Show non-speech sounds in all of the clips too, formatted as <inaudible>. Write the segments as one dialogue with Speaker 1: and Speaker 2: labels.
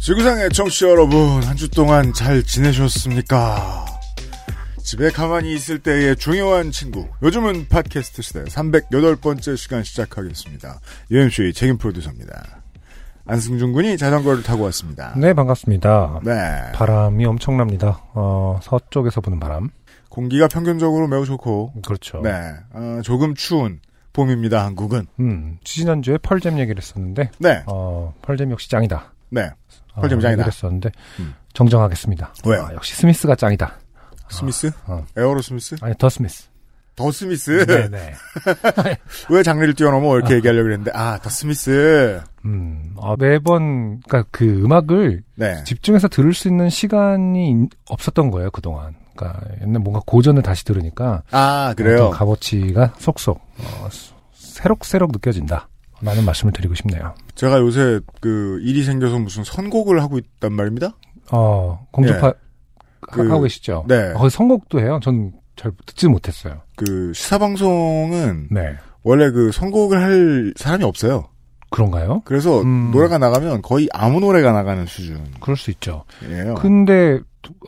Speaker 1: 지구상의 청취자 여러분, 한 주 동안 잘 지내셨습니까? 집에 가만히 있을 때의 중요한 친구. 요즘은 팟캐스트 시대 308번째 시간 시작하겠습니다. UMC 책임 프로듀서입니다. 안승준 군이 자전거를 타고 왔습니다.
Speaker 2: 네, 반갑습니다.
Speaker 1: 네.
Speaker 2: 바람이 엄청납니다. 어, 서쪽에서 부는 바람.
Speaker 1: 공기가 평균적으로 매우 좋고,
Speaker 2: 그렇죠.
Speaker 1: 네. 아, 조금 추운 봄입니다, 한국은.
Speaker 2: 음, 지난주에 펄잼 얘기를 했었는데,
Speaker 1: 네.
Speaker 2: 어, 펄잼 역시 짱이다.
Speaker 1: 네.
Speaker 2: 어,
Speaker 1: 펄잼 짱이다.
Speaker 2: 얘기를 했었는데,
Speaker 1: 음.
Speaker 2: 정정하겠습니다.
Speaker 1: 왜요?
Speaker 2: 아, 역시 스미스가 짱이다.
Speaker 1: 스미스?
Speaker 2: 어.
Speaker 1: 에어로 스미스?
Speaker 2: 아니, 더 스미스.
Speaker 1: 더 스미스?
Speaker 2: 네네.
Speaker 1: <laughs> 왜 장르를 뛰어넘어 이렇게 얘기하려고 했는데, 아, 더 스미스.
Speaker 2: 음, 어, 매번, 그니까 그 음악을
Speaker 1: 네.
Speaker 2: 집중해서 들을 수 있는 시간이 인- 없었던 거예요, 그동안. 그니까 옛날 뭔가 고전을 다시 들으니까,
Speaker 1: 아,
Speaker 2: 어떤
Speaker 1: 그래요?
Speaker 2: 값어치가 속속 어, 수- 새록새록 느껴진다. 많은 말씀을 드리고 싶네요.
Speaker 1: 제가 요새 그 일이 생겨서 무슨 선곡을 하고 있단 말입니다.
Speaker 2: 어, 공주파 하-
Speaker 1: 그-
Speaker 2: 하고 계시죠?
Speaker 1: 네.
Speaker 2: 거기 선곡도 해요. 전 잘 듣지 못했어요.
Speaker 1: 그 시사 방송은
Speaker 2: 네.
Speaker 1: 원래 그 선곡을 할 사람이 없어요.
Speaker 2: 그런가요?
Speaker 1: 그래서
Speaker 2: 음.
Speaker 1: 노래가 나가면 거의 아무 노래가 나가는 수준이에요.
Speaker 2: 그럴 수 있죠. 근데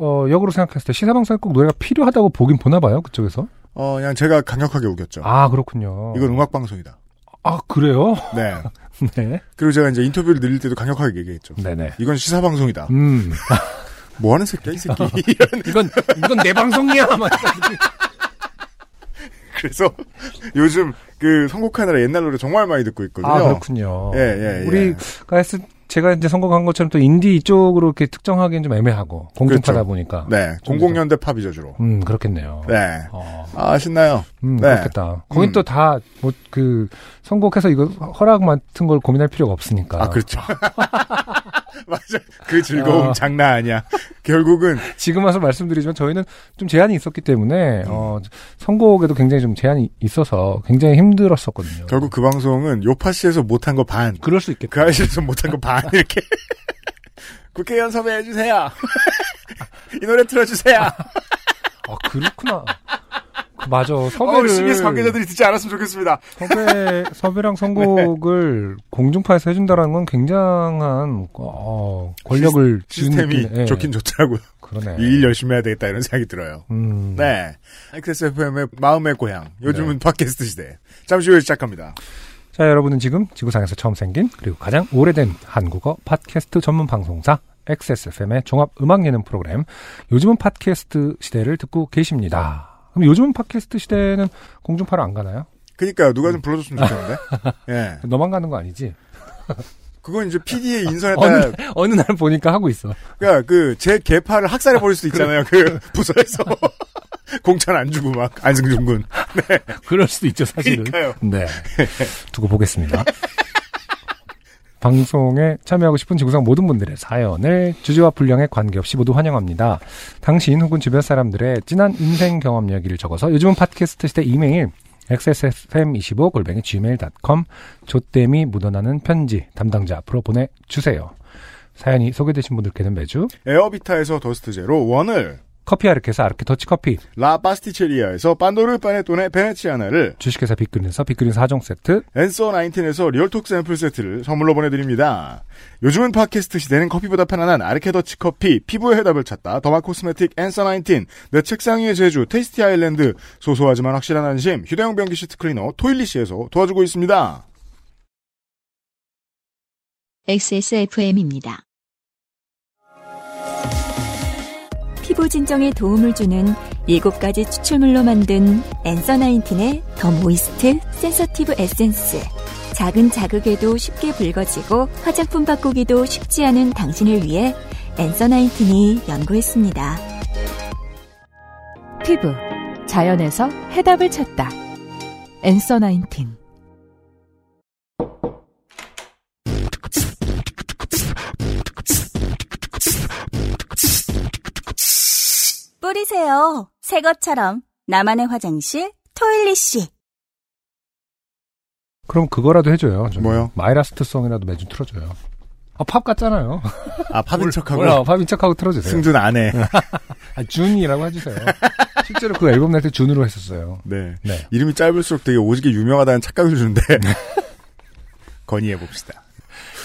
Speaker 2: 어, 역으로 생각했을 때 시사방송에 꼭 노래가 필요하다고 보긴 보나 봐요. 그쪽에서.
Speaker 1: 어, 그냥 제가 강력하게 우겼죠.
Speaker 2: 아, 그렇군요.
Speaker 1: 이건 음악 방송이다.
Speaker 2: 아, 그래요? <laughs>
Speaker 1: 네.
Speaker 2: 네.
Speaker 1: 그리고 제가 이제 인터뷰를 늘릴 때도 강력하게 얘기했죠.
Speaker 2: 네네.
Speaker 1: 이건 시사 방송이다. <laughs>
Speaker 2: 음.
Speaker 1: 뭐 하는 새끼야, 이 새끼.
Speaker 2: <laughs> 이건 이건 내 방송이야. 막
Speaker 1: 그래서 요즘 그 선곡하느라 옛날 노래 정말 많이 듣고 있거든요.
Speaker 2: 아 그렇군요.
Speaker 1: 예, 예, 예.
Speaker 2: 우리가 했을 제가 이제 선곡한 것처럼 또 인디 이쪽으로 이렇게 특정하기엔 좀 애매하고 공중파다
Speaker 1: 그렇죠.
Speaker 2: 보니까.
Speaker 1: 네. 00년대 팝이죠, 주로.
Speaker 2: 음 그렇겠네요.
Speaker 1: 네.
Speaker 2: 어,
Speaker 1: 아, 신나요.
Speaker 2: 음
Speaker 1: 네.
Speaker 2: 그렇겠다. 거긴
Speaker 1: 음.
Speaker 2: 또 다 뭐 그 선곡해서 이거 허락 맡은 걸 고민할 필요가 없으니까.
Speaker 1: 아, <laughs> 그렇죠. 맞아. 그 즐거움
Speaker 2: 아.
Speaker 1: 장난 아니야. 결국은,
Speaker 2: 지금 와서 말씀드리지만 저희는 좀 제한이 있었기
Speaker 1: 음.
Speaker 2: 때문에 어, 선곡에도 굉장히 좀 제한이 있어서 굉장히 힘들었었거든요.
Speaker 1: 결국 그 방송은 요파시에서 못한 거 반,
Speaker 2: 그럴 수 있겠다.
Speaker 1: 그 아저씨에서 못한 거 반, 이렇게. <laughs> 국회의원 섭외해주세요. <laughs> 이 노래 틀어주세요.
Speaker 2: 아 그렇구나. <laughs> 그, 맞아.
Speaker 1: 어,
Speaker 2: 섭외를
Speaker 1: CBS 관계자들이 듣지 않았으면 좋겠습니다.
Speaker 2: 섭외, 섭외랑 선곡을 공중파에서 해준다라는 건 굉장한, 어, 권력을 지운
Speaker 1: 시스템이
Speaker 2: 느낌. 예,
Speaker 1: 좋긴 좋더라고요.
Speaker 2: 그러네.
Speaker 1: 이 일 열심히 해야 되겠다 이런 생각이 들어요.
Speaker 2: 음.
Speaker 1: 네. XSFM의 마음의 고향. 요즘은 팟캐스트 시대. 잠시 후에 시작합니다.
Speaker 2: 자, 여러분은 지금 지구상에서 처음 생긴 그리고 가장 오래된 한국어 팟캐스트 전문 방송사 XSFM의 종합 음악 예능 프로그램 요즘은 팟캐스트 시대를 듣고 계십니다. 그럼 요즘은 팟캐스트 시대는 공중파로 안 가나요?
Speaker 1: 그니까요. 누가 좀 불러줬으면 <laughs> 좋겠는데. 예.
Speaker 2: 너만 가는 거 아니지?
Speaker 1: 그건 이제 PD의 인선에
Speaker 2: 어느,
Speaker 1: 따라
Speaker 2: 날- 어느 날 보니까 하고 있어.
Speaker 1: 그러니까 그 제 개파를 학살해 버릴 수도 있잖아요. 그 <laughs> 부서에서 공천 안 주고 막 안승준 군.
Speaker 2: 그럴 수도 있죠, 사실은.
Speaker 1: 그러니까요.
Speaker 2: 네. 두고 보겠습니다. 방송에 참여하고 싶은 지구상 모든 분들의 사연을 주제와 분량에 관계없이 모두 환영합니다. 당신 혹은 주변 사람들의 진한 인생 경험 이야기를 적어서 요즘은 팟캐스트 시대 이메일 xsfm25골뱅이 gmail.com 조땜이 묻어나는 편지 담당자 앞으로 보내주세요. 사연이 소개되신 분들께는 매주
Speaker 1: 에어비타에서 더스트 제로 원을
Speaker 2: 커피 아르케사 아르케 더치커피
Speaker 1: 라 파스티체리아에서 빤도르 파네토네 베네치아나를
Speaker 2: 주식회사 빅그린에서 빅그린 4종 세트
Speaker 1: 앤서 19에서 리얼톡 샘플 세트를 선물로 보내드립니다. 요즘은 팟캐스트 시대는 커피보다 편안한 아르케더치 커피, 피부의 해답을 찾다, 더마 코스메틱 앤서 19, 내 책상 위의 제주, 테이스티 아일랜드, 소소하지만 확실한 안심, 휴대용 변기 시트 클리너, 토일리시에서 도와주고 있습니다.
Speaker 3: XSFM입니다.
Speaker 4: 피부 진정에 도움을 주는 7가지 추출물로 만든 앤서 나인틴의 더 모이스트 센서티브 에센스. 작은 자극에도 쉽게 붉어지고 화장품 바꾸기도 쉽지 않은 당신을 위해 앤서 나인틴이 연구했습니다.
Speaker 5: 피부 자연에서 해답을 찾다 앤서 나인틴
Speaker 6: 뿌리세요. 새 것처럼. 나만의 화장실, 토일리씨.
Speaker 2: 그럼 그거라도 해줘요. 저는.
Speaker 1: 뭐요?
Speaker 2: 마이라스트 송이라도 매주 틀어줘요. 아, 팝 같잖아요.
Speaker 1: 아, 팝인 척하고.
Speaker 2: 몰라, 팝인 척하고 틀어주세요.
Speaker 1: 승준 안 해.
Speaker 2: 아, 준이라고 해주세요. 실제로 그 앨범 낼 때 준으로 했었어요.
Speaker 1: 네.
Speaker 2: 네.
Speaker 1: 이름이 짧을수록 되게 오지게 유명하다는 착각을 주는데.
Speaker 7: 네.
Speaker 1: <laughs> 건의해봅시다.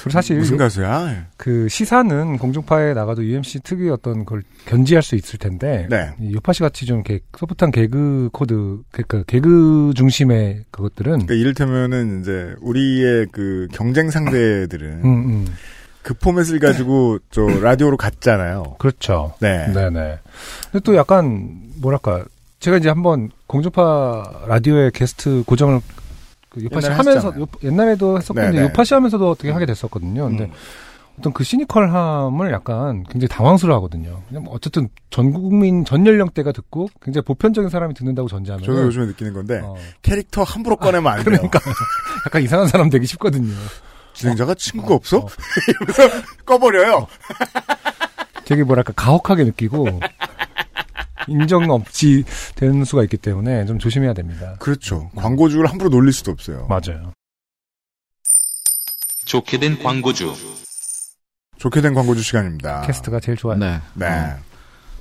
Speaker 2: 그리고
Speaker 7: 음.
Speaker 2: 사실
Speaker 1: 무슨 가수야?
Speaker 2: 그 시사는 공중파에 나가도 UMC 특유의 어떤 걸 견지할 수 있을 텐데
Speaker 1: 네.
Speaker 2: 이 요파시 같이 좀 이렇게 소프트한 개그 코드 그러니까 개그 중심의 그것들은
Speaker 1: 그러니까 이를테면은 이제 우리의 그 경쟁
Speaker 2: 음,
Speaker 1: 상대들은
Speaker 2: 음.
Speaker 1: 그 포맷을 가지고 저 라디오로 갔잖아요.
Speaker 2: 그렇죠.
Speaker 1: 네.
Speaker 2: 네, 네. 근데 또 약간 뭐랄까 제가 이제 한번 공중파 라디오의 게스트 고정을 그 요파시
Speaker 1: 옛날에
Speaker 2: 하면서
Speaker 1: 했잖아요.
Speaker 2: 요- 옛날에도 했었고
Speaker 1: 네,
Speaker 2: 이제
Speaker 1: 네.
Speaker 2: 요파시 하면서도 어떻게 하게 됐었거든요. 근데
Speaker 1: 음.
Speaker 2: 어떤 그 시니컬함을 약간 굉장히 당황스러워하거든요. 그냥 뭐 어쨌든 전 국민 전 연령대가 듣고 굉장히 보편적인 사람이 듣는다고 전제하면
Speaker 1: 저도 요즘에 느끼는 건데
Speaker 2: 어,
Speaker 1: 캐릭터 함부로 꺼내면 안 돼요.
Speaker 7: 그러니까.
Speaker 2: 약간 이상한 사람 되기 쉽거든요.
Speaker 1: 진행자가 친구가 없어?
Speaker 2: 어.
Speaker 1: 이러면서
Speaker 7: 어.
Speaker 1: 꺼버려요.
Speaker 2: 되게 뭐랄까 가혹하게 느끼고 인정 없지 되는 수가 있기 때문에 좀 조심해야 됩니다.
Speaker 1: 그렇죠. 광고주를 함부로 놀릴 수도 없어요.
Speaker 2: 맞아요.
Speaker 8: 좋게 된 광고주.
Speaker 1: 좋게 된 광고주 시간입니다.
Speaker 2: 캐스트가 제일 좋아요.
Speaker 7: 네.
Speaker 1: 네.
Speaker 7: 어,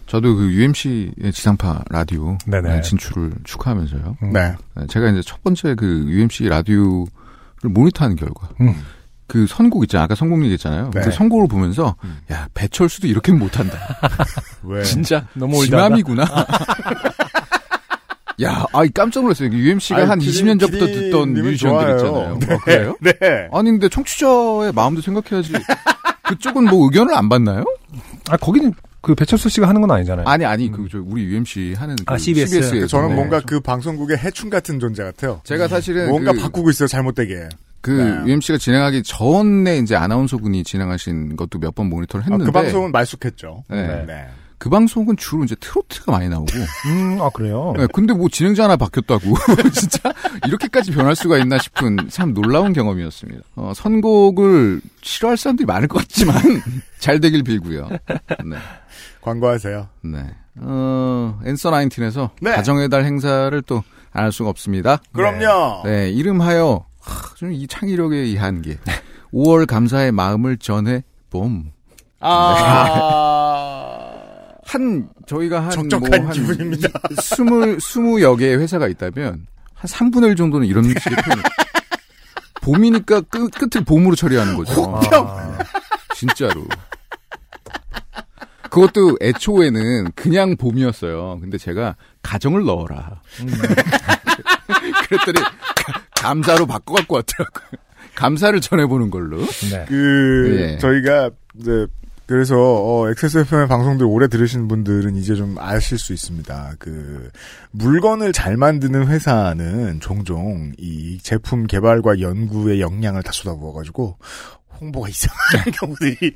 Speaker 7: 저도 그 UMC의 지상파 라디오
Speaker 2: 네네.
Speaker 7: 진출을 축하하면서요.
Speaker 2: 음.
Speaker 1: 네.
Speaker 7: 네, 제가 이제 첫 번째 그 UMC 라디오를 모니터한 결과
Speaker 2: 음.
Speaker 7: 그 선곡 있잖아요. 아까 선곡 얘기했잖아요.
Speaker 1: 네. 음.
Speaker 7: 그 선곡을 보면서 야 배철수도
Speaker 1: <laughs>
Speaker 7: 이렇게 못한다.
Speaker 1: 왜?
Speaker 7: 진짜
Speaker 2: 너무 올드하다. <laughs>
Speaker 7: 지맘이구나. 야, 아이 깜짝 놀랐어요. 그 UMC가
Speaker 1: 아니,
Speaker 7: 한
Speaker 1: PD
Speaker 7: 20년 전부터
Speaker 1: 님은
Speaker 7: 듣던 뮤지션들
Speaker 1: 좋아요.
Speaker 7: 있잖아요. 아, 그래요?
Speaker 1: 네.
Speaker 7: 아니 근데 청취자의 마음도 생각해야지. 그쪽은 뭐 의견을 안 받나요?
Speaker 2: 아 거기는 그 배철수 씨가 하는 건
Speaker 1: 네.
Speaker 2: 아니잖아요.
Speaker 7: 아니 아니
Speaker 1: 음.
Speaker 7: 그 저 우리 UMC 하는 그
Speaker 2: 아, CBS.
Speaker 7: 에서
Speaker 1: 저는 뭔가 그 방송국의 해충 같은 존재 같아요.
Speaker 7: 네, 제가 사실은
Speaker 1: 뭔가
Speaker 7: 그,
Speaker 1: 바꾸고 있어요, 잘못되게.
Speaker 7: 그
Speaker 1: 네.
Speaker 7: UMC가 진행하기 전에 이제 아나운서분이 진행하신 것도 몇 번 모니터를
Speaker 1: 아,
Speaker 7: 했는데
Speaker 1: 그 방송은 말쑥했죠.
Speaker 7: 네.
Speaker 1: 네.
Speaker 7: 그 방송은 주로 이제 트로트가 많이
Speaker 1: <laughs>
Speaker 7: 나오고
Speaker 2: 음, 아 그래요.
Speaker 7: 네, 근데 뭐 진행자 하나 바뀌었다고 <laughs> 진짜 이렇게까지 변할 수가 있나 싶은 참 놀라운 경험이었습니다. 어, 선곡을 싫어할 사람들이 많을 것 같지만 <laughs> 잘 되길 빌고요. 네.
Speaker 1: 광고하세요.
Speaker 7: 네. 어, 엔서 나인틴에서
Speaker 1: 네.
Speaker 7: 가정의 달 행사를 또 안 할 수가 없습니다.
Speaker 1: 그럼요.
Speaker 7: 네, 이름하여 좀 이 창의력의 이 한계.
Speaker 1: 네.
Speaker 7: 5월 감사의 마음을 전해 봄. 네.
Speaker 1: 아.
Speaker 7: 한 저희가 한
Speaker 1: 적적한
Speaker 7: 뭐 한
Speaker 1: 기분입니다.
Speaker 7: 스물 스무 여 개의 회사가 있다면 한 3분의 1 정도는 이런 식의 표현.
Speaker 1: <laughs>
Speaker 7: 봄이니까 끝 끝을 봄으로 처리하는 거죠.
Speaker 2: 아,
Speaker 7: 진짜로. 그것도 애초에는 그냥 봄이었어요. 근데 제가 가정을 넣어라. <laughs> 그랬더니 가- 감사로 바꿔 갖고 왔더라고요. 감사를 전해보는 걸로.
Speaker 2: 네.
Speaker 1: 그
Speaker 7: 예.
Speaker 1: 저희가 이제 그래서 어, XSFM의 방송들 오래 들으신 분들은 이제 좀 아실 수 있습니다. 그 물건을 잘 만드는 회사는 종종 이 제품 개발과 연구의 역량을 다 쏟아부어 가지고 홍보가 <laughs> 이상한 경우들이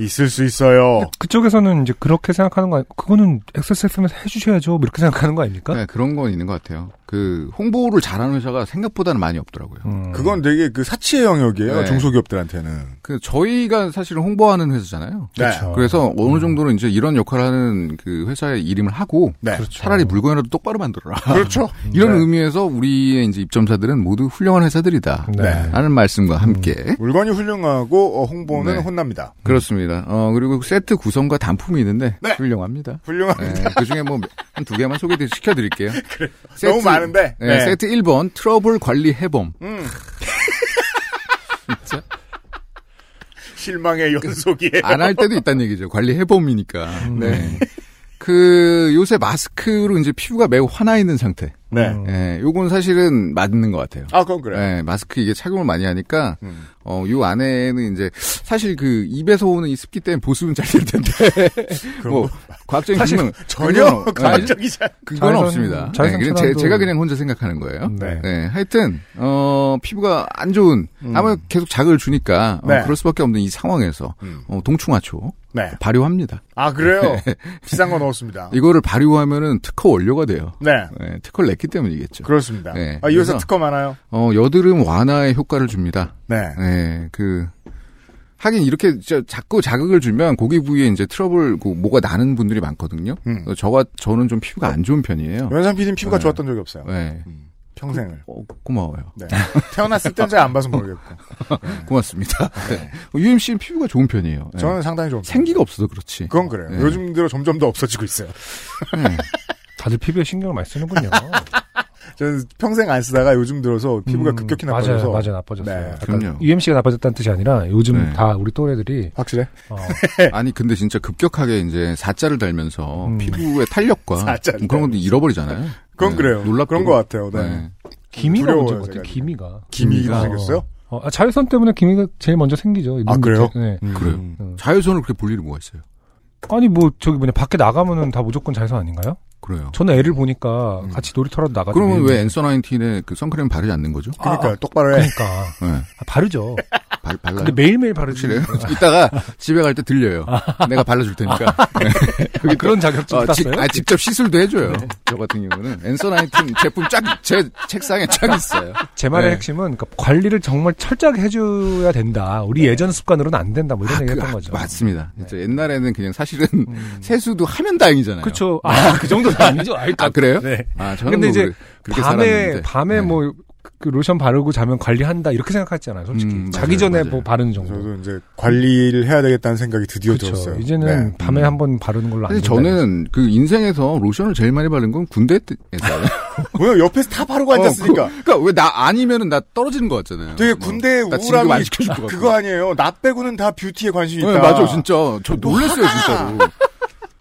Speaker 1: 있을 수 있어요.
Speaker 2: 그쪽에서는 이제 그렇게 생각하는 거 아니, 그거는 XSFM에서 해주셔야죠. 뭐 이렇게 생각하는 거 아닙니까?
Speaker 7: 네, 그런 건 있는 것 같아요. 그 홍보를 잘하는 회사가 생각보다는 많이 없더라고요.
Speaker 2: 음.
Speaker 1: 그건 되게 그 사치의 영역이에요.
Speaker 7: 네.
Speaker 1: 중소기업들한테는.
Speaker 7: 그 저희가 사실은 홍보하는 회사잖아요.
Speaker 1: 네.
Speaker 2: 그렇죠.
Speaker 7: 그래서 어느 정도는 이제 이런 역할을 하는 그 회사에 이름을 하고
Speaker 1: 네.
Speaker 7: 그렇죠. 차라리 물건이라도 똑바로 만들어라.
Speaker 1: 그렇죠.
Speaker 7: <laughs> 이런
Speaker 1: 네.
Speaker 7: 의미에서 우리의 이제 입점사들은 모두 훌륭한 회사들이다.
Speaker 2: 네.
Speaker 1: 네. 음.
Speaker 7: 라는 말씀과 함께
Speaker 1: 물건이 훌륭하고 어, 홍보는
Speaker 7: 네.
Speaker 1: 혼납니다.
Speaker 7: 그렇습니다. 어 그리고 세트 구성과 단품이 있는데
Speaker 1: 네.
Speaker 7: 훌륭합니다.
Speaker 1: 훌륭합니다.
Speaker 7: 그 중에 뭐 한 두 개만 소개
Speaker 1: <laughs>
Speaker 7: 시켜 드릴게요.
Speaker 1: 너무 많은데.
Speaker 7: 네, 세트 1번 트러블 관리 해봄.
Speaker 1: 음. <laughs> 실망의
Speaker 7: 그
Speaker 1: 연속이에요.
Speaker 7: 안 할 때도 있다는 얘기죠. 관리해봄이니까.
Speaker 1: 음.
Speaker 7: 네. 그, 요새 마스크로 이제 피부가 매우 화나 있는 상태.
Speaker 1: 네.
Speaker 7: 예, 요건 사실은 맞는 것 같아요.
Speaker 1: 아, 그건 그래요.
Speaker 7: 예, 마스크 이게 착용을 많이 하니까,
Speaker 1: 음.
Speaker 7: 어, 요 안에는 이제, 사실 그, 입에서 오는 이 습기 때문에 보습은 잘 될
Speaker 1: <laughs>
Speaker 7: 텐데, 뭐, 과학적인
Speaker 2: 사실
Speaker 7: 증명,
Speaker 1: 전혀
Speaker 7: 그건, 예,
Speaker 1: 과학적이지 않
Speaker 7: 그건
Speaker 2: 자외선-
Speaker 7: 없습니다.
Speaker 2: 자외선
Speaker 7: 예, 그냥
Speaker 2: 차단도-
Speaker 7: 제, 가 그냥 혼자 생각하는 거예요.
Speaker 2: 네.
Speaker 7: 네, 하여튼 어 피부가 안 좋은 아무 계속 자극을 주니까 어,
Speaker 1: 음. 네.
Speaker 7: 그럴 수밖에 없는 이 상황에서
Speaker 1: 음.
Speaker 7: 어, 동충하초
Speaker 1: 네.
Speaker 7: 발효합니다.
Speaker 1: 아, 그래요? 비싼 거 넣었습니다.
Speaker 7: 네. 이거를 발효하면은 특허 원료가 돼요.
Speaker 1: 네.
Speaker 7: 네, 특허를 냈기 때문이겠죠. 어,
Speaker 1: 그렇습니다.
Speaker 7: 네.
Speaker 1: 아, 이 회사
Speaker 7: 그래서-
Speaker 1: 특허 많아요?
Speaker 7: 어 여드름 완화에 효과를 줍니다.
Speaker 1: 네.
Speaker 7: 네, 그 하긴 이렇게 진짜 자꾸 자극을 주면 고기 부위에 이제 트러블 고 뭐가 나는 분들이 많거든요.
Speaker 1: 음.
Speaker 7: 그래서 저와 저는 좀 피부가 안 좋은 편이에요.
Speaker 1: 연상 PD는 피부가
Speaker 7: 그렇죠. 네.
Speaker 1: 좋았던 적이 없어요.
Speaker 7: 네.
Speaker 1: 음, 평생을.
Speaker 7: 어, 고마워요.
Speaker 1: 네. 태어났을 땐 잘 안 봐서 모르겠고.
Speaker 7: 고맙습니다. 네. <laughs> 유임 씨는 피부가 좋은 편이에요. 네.
Speaker 1: 저는 상당히 좀.
Speaker 7: 생기가 없어서 그렇지.
Speaker 1: 그건 그래요.
Speaker 7: 네.
Speaker 1: 요즘 들어 점점 더 없어지고 있어요.
Speaker 7: 네.
Speaker 1: <laughs>
Speaker 2: 다들 피부에 신경을 많이 쓰는군요.
Speaker 1: 저는 평생 안 쓰다가 요즘 들어서 피부가 급격히 나빠져서.
Speaker 2: 음, 맞아요, 맞아요, 나빠졌어요.
Speaker 1: 네.
Speaker 2: 약간
Speaker 7: 그럼요.
Speaker 2: UMC가 나빠졌다는 뜻이 아니라 요즘
Speaker 7: 네.
Speaker 2: 다 우리 또래들이
Speaker 1: 확실해?
Speaker 2: 어,
Speaker 1: 네.
Speaker 7: 아니 근데 진짜 급격하게 이제 사자를 달면서
Speaker 2: 음.
Speaker 7: 피부의 탄력과 뭐
Speaker 1: 사자를
Speaker 7: 그런 것도 잃어버리잖아요.
Speaker 1: 그건
Speaker 7: 네.
Speaker 1: 그래요.
Speaker 7: 놀랍고 예.
Speaker 1: 그런 것 같아요. 네.
Speaker 2: 기미가
Speaker 1: 두려워요,
Speaker 2: 먼저 같아요.
Speaker 1: 제가
Speaker 2: 기미가.
Speaker 1: 기미가
Speaker 7: 기미가.
Speaker 1: 생겼어요?
Speaker 2: 어, 아, 자외선 때문에 기미가 제일 먼저 생기죠.
Speaker 1: 아,
Speaker 2: 눈
Speaker 1: 그래요?
Speaker 2: 밑에. 네.
Speaker 7: 그래요.
Speaker 2: 음.
Speaker 7: 자외선을 그렇게 볼 일이 뭐가 있어요?
Speaker 2: 아니 뭐 저기 뭐냐 밖에 나가면은 다 무조건 자외선 아닌가요?
Speaker 7: 그래요.
Speaker 2: 저는 애를 보니까 같이 놀이터라도 나가.
Speaker 7: 음. 그러면 왜 앤서 나인틴에 그 선크림 바르지 않는 거죠?
Speaker 2: 아,
Speaker 1: 그러니까 요 똑바로 해.
Speaker 2: 그러니까
Speaker 7: 네.
Speaker 2: 아, 바르죠.
Speaker 7: 발, 발라요.
Speaker 2: 근데 뭐, 매일매일 바르지. 아,
Speaker 7: 확실해요. <laughs> 이따가 집에 갈 때 들려요. 내가 발라줄 테니까.
Speaker 2: 아, 그런 자격증
Speaker 7: 어, 직-
Speaker 2: 땄어요? 네.
Speaker 7: 아, 직접 시술도 해줘요. 저 같은 경우는 앤서 나인틴 제품 쫙 제 책상에 쫙 있어요.
Speaker 2: 제 말의
Speaker 7: 네.
Speaker 2: 핵심은 그러니까 관리를 정말 철저하게 해줘야 된다. 우리 예전 습관으로는 안 된다. 뭐 이런
Speaker 7: 그,
Speaker 2: 얘기했던
Speaker 7: 네. 아,
Speaker 2: 거죠. 네. 음.
Speaker 7: 맞습니다. 진짜 옛날에는 그냥 사실은 세수도 하면 다행이잖아요.
Speaker 2: 그렇죠. 아, 그 정도는 아니죠. 아이,
Speaker 7: 네. 아 그래요?
Speaker 2: 네.
Speaker 7: 아 저는
Speaker 2: 근데
Speaker 7: 뭐
Speaker 2: 이제
Speaker 7: 그래- 그렇게
Speaker 2: 밤에
Speaker 7: 살았는데.
Speaker 2: 밤에
Speaker 7: 네.
Speaker 2: 뭐. 그 로션 바르고 자면 관리한다 이렇게 생각하잖아요 솔직히
Speaker 7: 음, 맞아요,
Speaker 2: 자기 전에
Speaker 7: 맞아요.
Speaker 2: 뭐 바르는 정도
Speaker 1: 저도 이제 관리를 해야 되겠다는 생각이 드디어
Speaker 2: 그렇죠
Speaker 1: 들었어요.
Speaker 2: 이제는
Speaker 1: 네.
Speaker 2: 밤에
Speaker 7: 음.
Speaker 2: 한번 바르는 걸로 안
Speaker 7: 사실
Speaker 2: 된다
Speaker 7: 저는 그 인생에서 로션을 제일 많이 바른 건 군대
Speaker 2: <laughs>
Speaker 7: 때에서.
Speaker 1: 왜요? 옆에서 다 바르고 앉았으니까.
Speaker 7: 어, 그, 그러니까 왜 나 아니면은 나 떨어지는 것 같잖아요.
Speaker 1: 되게
Speaker 7: 뭐,
Speaker 1: 군대의
Speaker 7: 나 진급 안
Speaker 1: 우울함이
Speaker 7: 시켜줄 것 같고.
Speaker 1: 그거 아니에요. 나 빼고는 다 뷰티에 관심이 있다. 뭐
Speaker 7: 네, 맞아, 진짜. 저 놀랐어요, 진짜로.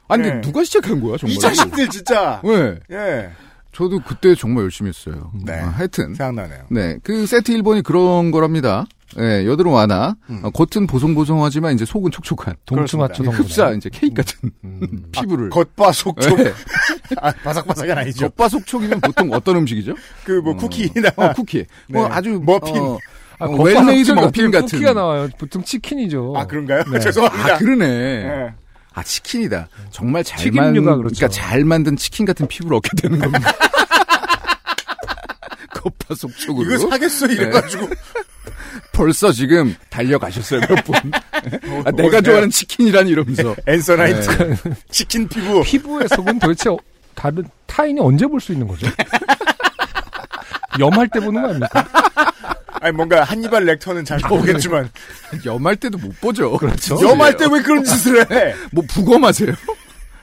Speaker 7: 아니,
Speaker 1: 네.
Speaker 7: 근데 누가 시작한 거야, 정말?
Speaker 1: 이 자식들 진짜.
Speaker 7: 네.
Speaker 1: 예.
Speaker 7: 저도 그때 정말 열심히 했어요.
Speaker 1: 네.
Speaker 7: 아, 하여튼.
Speaker 1: 생각나네요.
Speaker 7: 네. 그 세트 1번이 그런 거랍니다. 예, 여드름 완화.
Speaker 1: 음.
Speaker 7: 아, 겉은 보송보송하지만 이제 속은 촉촉한.
Speaker 2: 동충하초
Speaker 7: 이 흡사, 이제 케이크 같은 <laughs> 피부를.
Speaker 1: 음. 아, 겉바 속촉.
Speaker 7: 네.
Speaker 1: <laughs> 아, 바삭바삭이 아니죠.
Speaker 7: 겉바속촉이면 보통 어떤 음식이죠?
Speaker 1: 그 뭐
Speaker 7: 어,
Speaker 1: 쿠키나
Speaker 7: 어, 쿠키. 뭐
Speaker 1: 네.
Speaker 7: 아주
Speaker 1: 머핀.
Speaker 7: 어,
Speaker 2: 아,
Speaker 7: 어,
Speaker 2: 겉바삭
Speaker 7: 웰메이드
Speaker 2: 쪽에
Speaker 7: 머핀
Speaker 2: 어떻게
Speaker 7: 같은.
Speaker 2: 쿠키가 나와요. 보통 치킨이죠.
Speaker 1: 아 그런가요?
Speaker 2: 네.
Speaker 1: <laughs> 죄송합니다.
Speaker 7: 아 그러네.
Speaker 1: 예.
Speaker 7: 아 치킨이다. 정말 잘
Speaker 2: 튀김류가
Speaker 7: 만,
Speaker 2: 그렇죠.
Speaker 7: 그러니까 잘 만든 치킨 같은 피부를 얻게 되는 겁니다. <laughs> 겉바속촉으로
Speaker 1: 이거 사겠어 이래가지고
Speaker 7: 벌써 지금 달려가셨어요 몇 분.
Speaker 2: <laughs>
Speaker 7: 아,
Speaker 1: 뭐,
Speaker 2: 어, 네.
Speaker 1: 네.
Speaker 7: 내가 좋아하는 치킨이란 이러면서.
Speaker 1: 앤서나이트 <laughs> 치킨 피부
Speaker 2: 피부의 속은 도대체 어- 다른 타인이 언제 볼 수 있는
Speaker 7: <laughs>
Speaker 2: 거죠? 염할 때 보는 거 아닙니까?
Speaker 1: 아니 뭔가 한니발 렉터는 잘 보겠지만
Speaker 7: 염할 때도 못 보죠. 그렇죠.
Speaker 1: 염할 때 왜 그런 짓을 해?
Speaker 7: 뭐 부검하세요. <laughs>
Speaker 2: 아,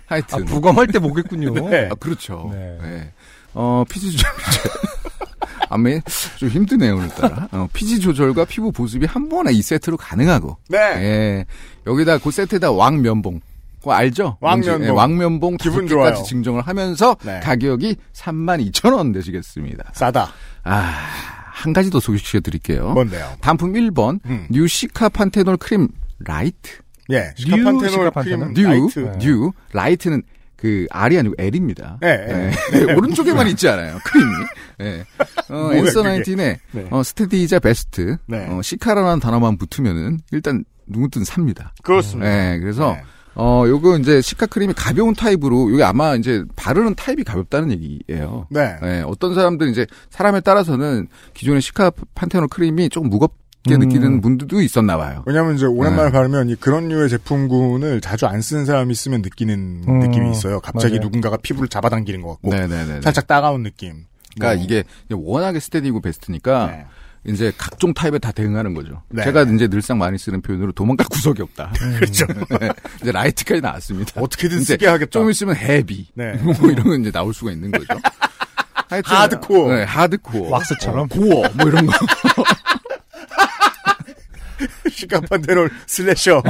Speaker 7: 하여튼.
Speaker 2: 부검할 때
Speaker 7: <laughs>
Speaker 2: 보겠군요.
Speaker 1: 네.
Speaker 7: 아, 그렇죠.
Speaker 2: 네.
Speaker 7: 네. 어, 피지 조절. <laughs> 아메 좀 힘드네요 오늘따라. 어, 피지 조절과 피부 보습이 한 번에 이 세트로 가능하고.
Speaker 1: 네.
Speaker 7: 예. 여기다 그 세트에다 왕면봉. 그거 알죠? 뭔지?
Speaker 1: 왕면봉.
Speaker 7: 예, 왕면봉
Speaker 1: 기분
Speaker 7: 기분 좋아요.
Speaker 1: 좋아요.
Speaker 7: 증정을 하면서
Speaker 1: 네.
Speaker 7: 가격이 32,000원 되시겠습니다.
Speaker 1: 싸다.
Speaker 7: 아, 한 가지 더 소개시켜 드릴게요.
Speaker 1: 뭔데요?
Speaker 7: 단품 1번
Speaker 1: 음.
Speaker 7: 뉴시카 판테놀 크림 라이트.
Speaker 1: 예.
Speaker 2: 뉴
Speaker 1: 시카판테놀
Speaker 2: 시카판테놀.
Speaker 1: 크림
Speaker 7: 뉴, 네.
Speaker 1: 라이트. 네.
Speaker 7: 뉴 라이트는 그 R이 아니고 L입니다. 네.
Speaker 1: 예, 예.
Speaker 7: 오른쪽에만 있지 않아요. 크림이. 예. 어,
Speaker 1: 뭐야,
Speaker 7: 앤서
Speaker 1: 그게.
Speaker 7: 나인틴의
Speaker 1: 네.
Speaker 7: 어, 스테디이자 베스트.
Speaker 1: 네.
Speaker 7: 어, 시카라는 단어만 붙으면은 일단 누구든 삽니다.
Speaker 1: 그렇습니다.
Speaker 7: 예, 그래서
Speaker 1: 네.
Speaker 7: 어, 요거 이제 시카 크림이 가벼운 타입으로 요게 아마 이제 바르는 타입이 가볍다는 얘기예요.
Speaker 1: 네.
Speaker 7: 예, 어떤 사람들은 이제 사람에 따라서는 기존의 시카 판테놀 크림이 조금 무겁게
Speaker 2: 음.
Speaker 7: 느끼는 분들도 있었나 봐요.
Speaker 1: 왜냐면 이제 오랜만에
Speaker 7: 네.
Speaker 1: 바르면 이 그런 류의 제품군을 자주 안 쓰는 사람이 쓰면 느끼는
Speaker 2: 음,
Speaker 1: 느낌이 있어요. 갑자기
Speaker 2: 맞아요.
Speaker 1: 누군가가 피부를 잡아당기는 것 같고
Speaker 7: 네, 네, 네.
Speaker 1: 살짝 따가운 느낌.
Speaker 7: 그러니까
Speaker 1: 뭐,
Speaker 7: 이게 워낙에 스테디고 베스트니까
Speaker 1: 네.
Speaker 7: 이제 각종 타입에 다 대응하는 거죠.
Speaker 1: 네.
Speaker 7: 제가 이제 늘상 많이 쓰는 표현으로 도망갈 구석이 없다.
Speaker 1: <laughs> 그렇죠.
Speaker 7: 네. 이제 라이트까지 나왔습니다.
Speaker 1: 어떻게든
Speaker 7: 이제
Speaker 1: 쓰게 하겠다.
Speaker 7: 좀 있으면 헤비.
Speaker 1: 네.
Speaker 7: 뭐 이런 건 이제 나올 수가 있는 거죠. 하여튼,
Speaker 1: 하드코어.
Speaker 7: 네, 하드코어.
Speaker 2: 왁스처럼?
Speaker 7: 어, 고어. 뭐 이런 거.
Speaker 1: <laughs> 시카판테놀 슬래셔.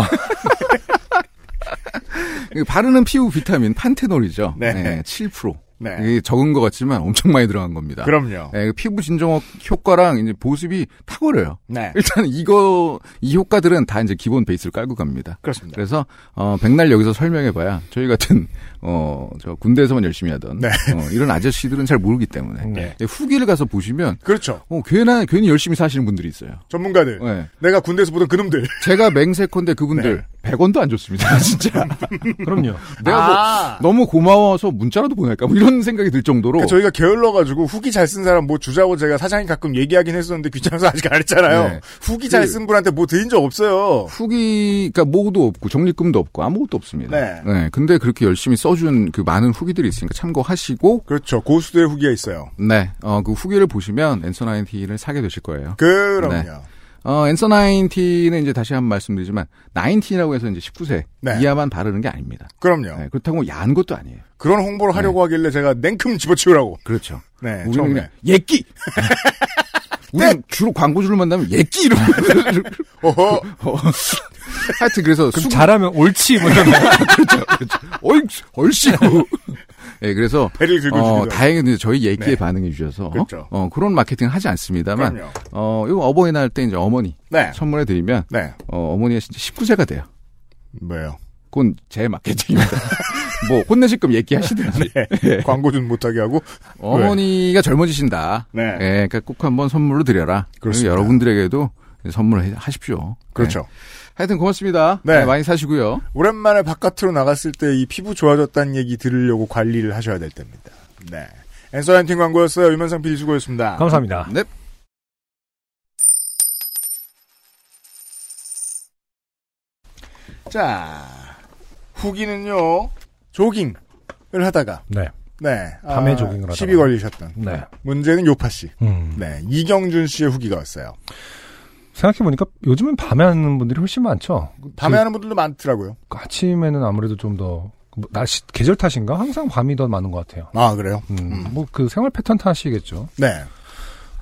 Speaker 7: 이거 바르는 피부 비타민 판테놀이죠.
Speaker 1: 네.
Speaker 7: 7%.
Speaker 1: 네.
Speaker 7: 이게 적은 것 같지만 엄청 많이 들어간 겁니다.
Speaker 1: 그럼요.
Speaker 7: 네, 그 피부 진정 효과랑 이제 보습이 탁월해요.
Speaker 1: 네.
Speaker 7: 일단 이거 이 효과들은 다 이제 기본 베이스를 깔고 갑니다.
Speaker 1: 그렇습니다.
Speaker 7: 그래서 어 백날 여기서 설명해봐야 저희 같은 어저 군대에서만 열심히 하던
Speaker 1: 네. 어.
Speaker 7: 어, 이런 아저씨들은 잘 모르기 때문에
Speaker 2: 네.
Speaker 7: 네, 후기를 가서 보시면
Speaker 1: 그렇죠.
Speaker 7: 어 괜한 괜히 열심히 사시는 분들이 있어요.
Speaker 1: 전문가들.
Speaker 7: 네.
Speaker 1: 내가 군대에서 보던 그놈들.
Speaker 7: 제가 맹세컨대 그분들
Speaker 1: 네.
Speaker 7: 100원도 안 줬습니다. <laughs> 진짜 <laughs> 네.
Speaker 2: 그럼요.
Speaker 1: <laughs>
Speaker 7: 아. 내가 뭐 너무 고마워서 문자라도 보낼까 뭐 이런 이런 생각이 들 정도로
Speaker 1: 아. 그러니까 저희가 게을러가지고 후기 잘 쓴 사람 뭐 주자고 제가 사장이 가끔 얘기하긴 했었는데 귀찮아서 아직 안 했잖아요.
Speaker 7: 네.
Speaker 1: 후기 잘 쓴 분한테 뭐 드린 적 없어요.
Speaker 7: 후기, 그니까 모도 없고, 적립금도 없고, 아무것도 없습니다.
Speaker 1: 네.
Speaker 7: 근데 그렇게 열심히 써준 그 많은 후기들이 있으니까 참고하시고,
Speaker 1: 그렇죠. 고수들의 후기가 있어요.
Speaker 7: 네. 어, 그 후기를 보시면 엔서 90를 사게 되실 거예요.
Speaker 1: 그럼요.
Speaker 7: 네. 어, 엔서 90은 이제 다시 한번 말씀드리지만, 90이라고 해서 이제 19세
Speaker 1: 네. 어.
Speaker 7: 이하만 바르는 게 아닙니다.
Speaker 1: 그럼요.
Speaker 7: 네, 그렇다고 야한 것도 아니에요.
Speaker 1: 그런 홍보를 하려고 하길래 제가 냉큼 집어치우라고.
Speaker 7: 그렇죠.
Speaker 1: 네,
Speaker 7: 우리는
Speaker 1: 처음에. 네.
Speaker 7: 그냥, 예끼! <laughs> 우리 주로 광고주를 만나면 예끼! 이러고.
Speaker 1: <laughs> 어허,
Speaker 7: 어. 하여튼 그래서
Speaker 2: 그럼
Speaker 7: 수고-
Speaker 2: 잘하면 옳지 뭐 이런 거. <laughs>
Speaker 7: 얼, 얼씨구. <laughs> 예, 그래서.
Speaker 1: 배를 긁어주기도
Speaker 7: 어, 다행히 이제 저희 얘기에
Speaker 1: 네.
Speaker 7: 반응해 주셔서.
Speaker 1: 그렇죠.
Speaker 7: 어, 그런 마케팅 하지 않습니다만.
Speaker 1: 그럼요.
Speaker 7: 어, 요 어버이날 때 이제 어머니.
Speaker 1: 네.
Speaker 7: 선물해 드리면.
Speaker 1: 네.
Speaker 7: 어, 어머니가 진짜 19세가 돼요.
Speaker 1: 뭐예요?
Speaker 7: 그건
Speaker 1: <laughs>
Speaker 7: 제 마케팅입니다. 뭐, 혼내실 거면 얘기하시든지.
Speaker 1: 네. 광고준 못하게 하고.
Speaker 7: 어머니가 젊어지신다.
Speaker 1: 네.
Speaker 7: 예, 그러니까 꼭 한번 선물로 드려라.
Speaker 1: 그렇습니다.
Speaker 7: 리고 여러분들에게도 선물을 해- 하십시오.
Speaker 1: 그렇죠.
Speaker 7: 네. 하여튼 고맙습니다.
Speaker 1: 네.
Speaker 7: 네, 많이 사시고요.
Speaker 1: 오랜만에 바깥으로 나갔을 때 이 피부 좋아졌다는 얘기 들으려고 관리를 하셔야 될 때입니다. 네. 엔서한팅 광고였어요. 유면상 PD 수고했습니다.
Speaker 2: 감사합니다.
Speaker 7: 네.
Speaker 1: 자, 후기는요. 조깅을 하다가
Speaker 2: 네.
Speaker 1: 네.
Speaker 2: 밤에 조깅을 하다가.
Speaker 1: 시비 걸리셨던.
Speaker 2: 네.
Speaker 1: 문제는 요파 씨.
Speaker 2: 음.
Speaker 1: 네. 이경준 씨의 후기가 왔어요.
Speaker 2: 생각해보니까 요즘엔 밤에 하는 분들이 훨씬 많죠.
Speaker 1: 밤에
Speaker 2: 그-
Speaker 1: 하는 분들도 많더라고요.
Speaker 2: 그 아침에는 아무래도 좀 더 뭐, 날씨 계절 탓인가 항상 밤이 더 많은 것 같아요.
Speaker 1: 아, 그래요? 음.
Speaker 2: 뭐 그 생활 패턴 탓이겠죠.
Speaker 1: 네.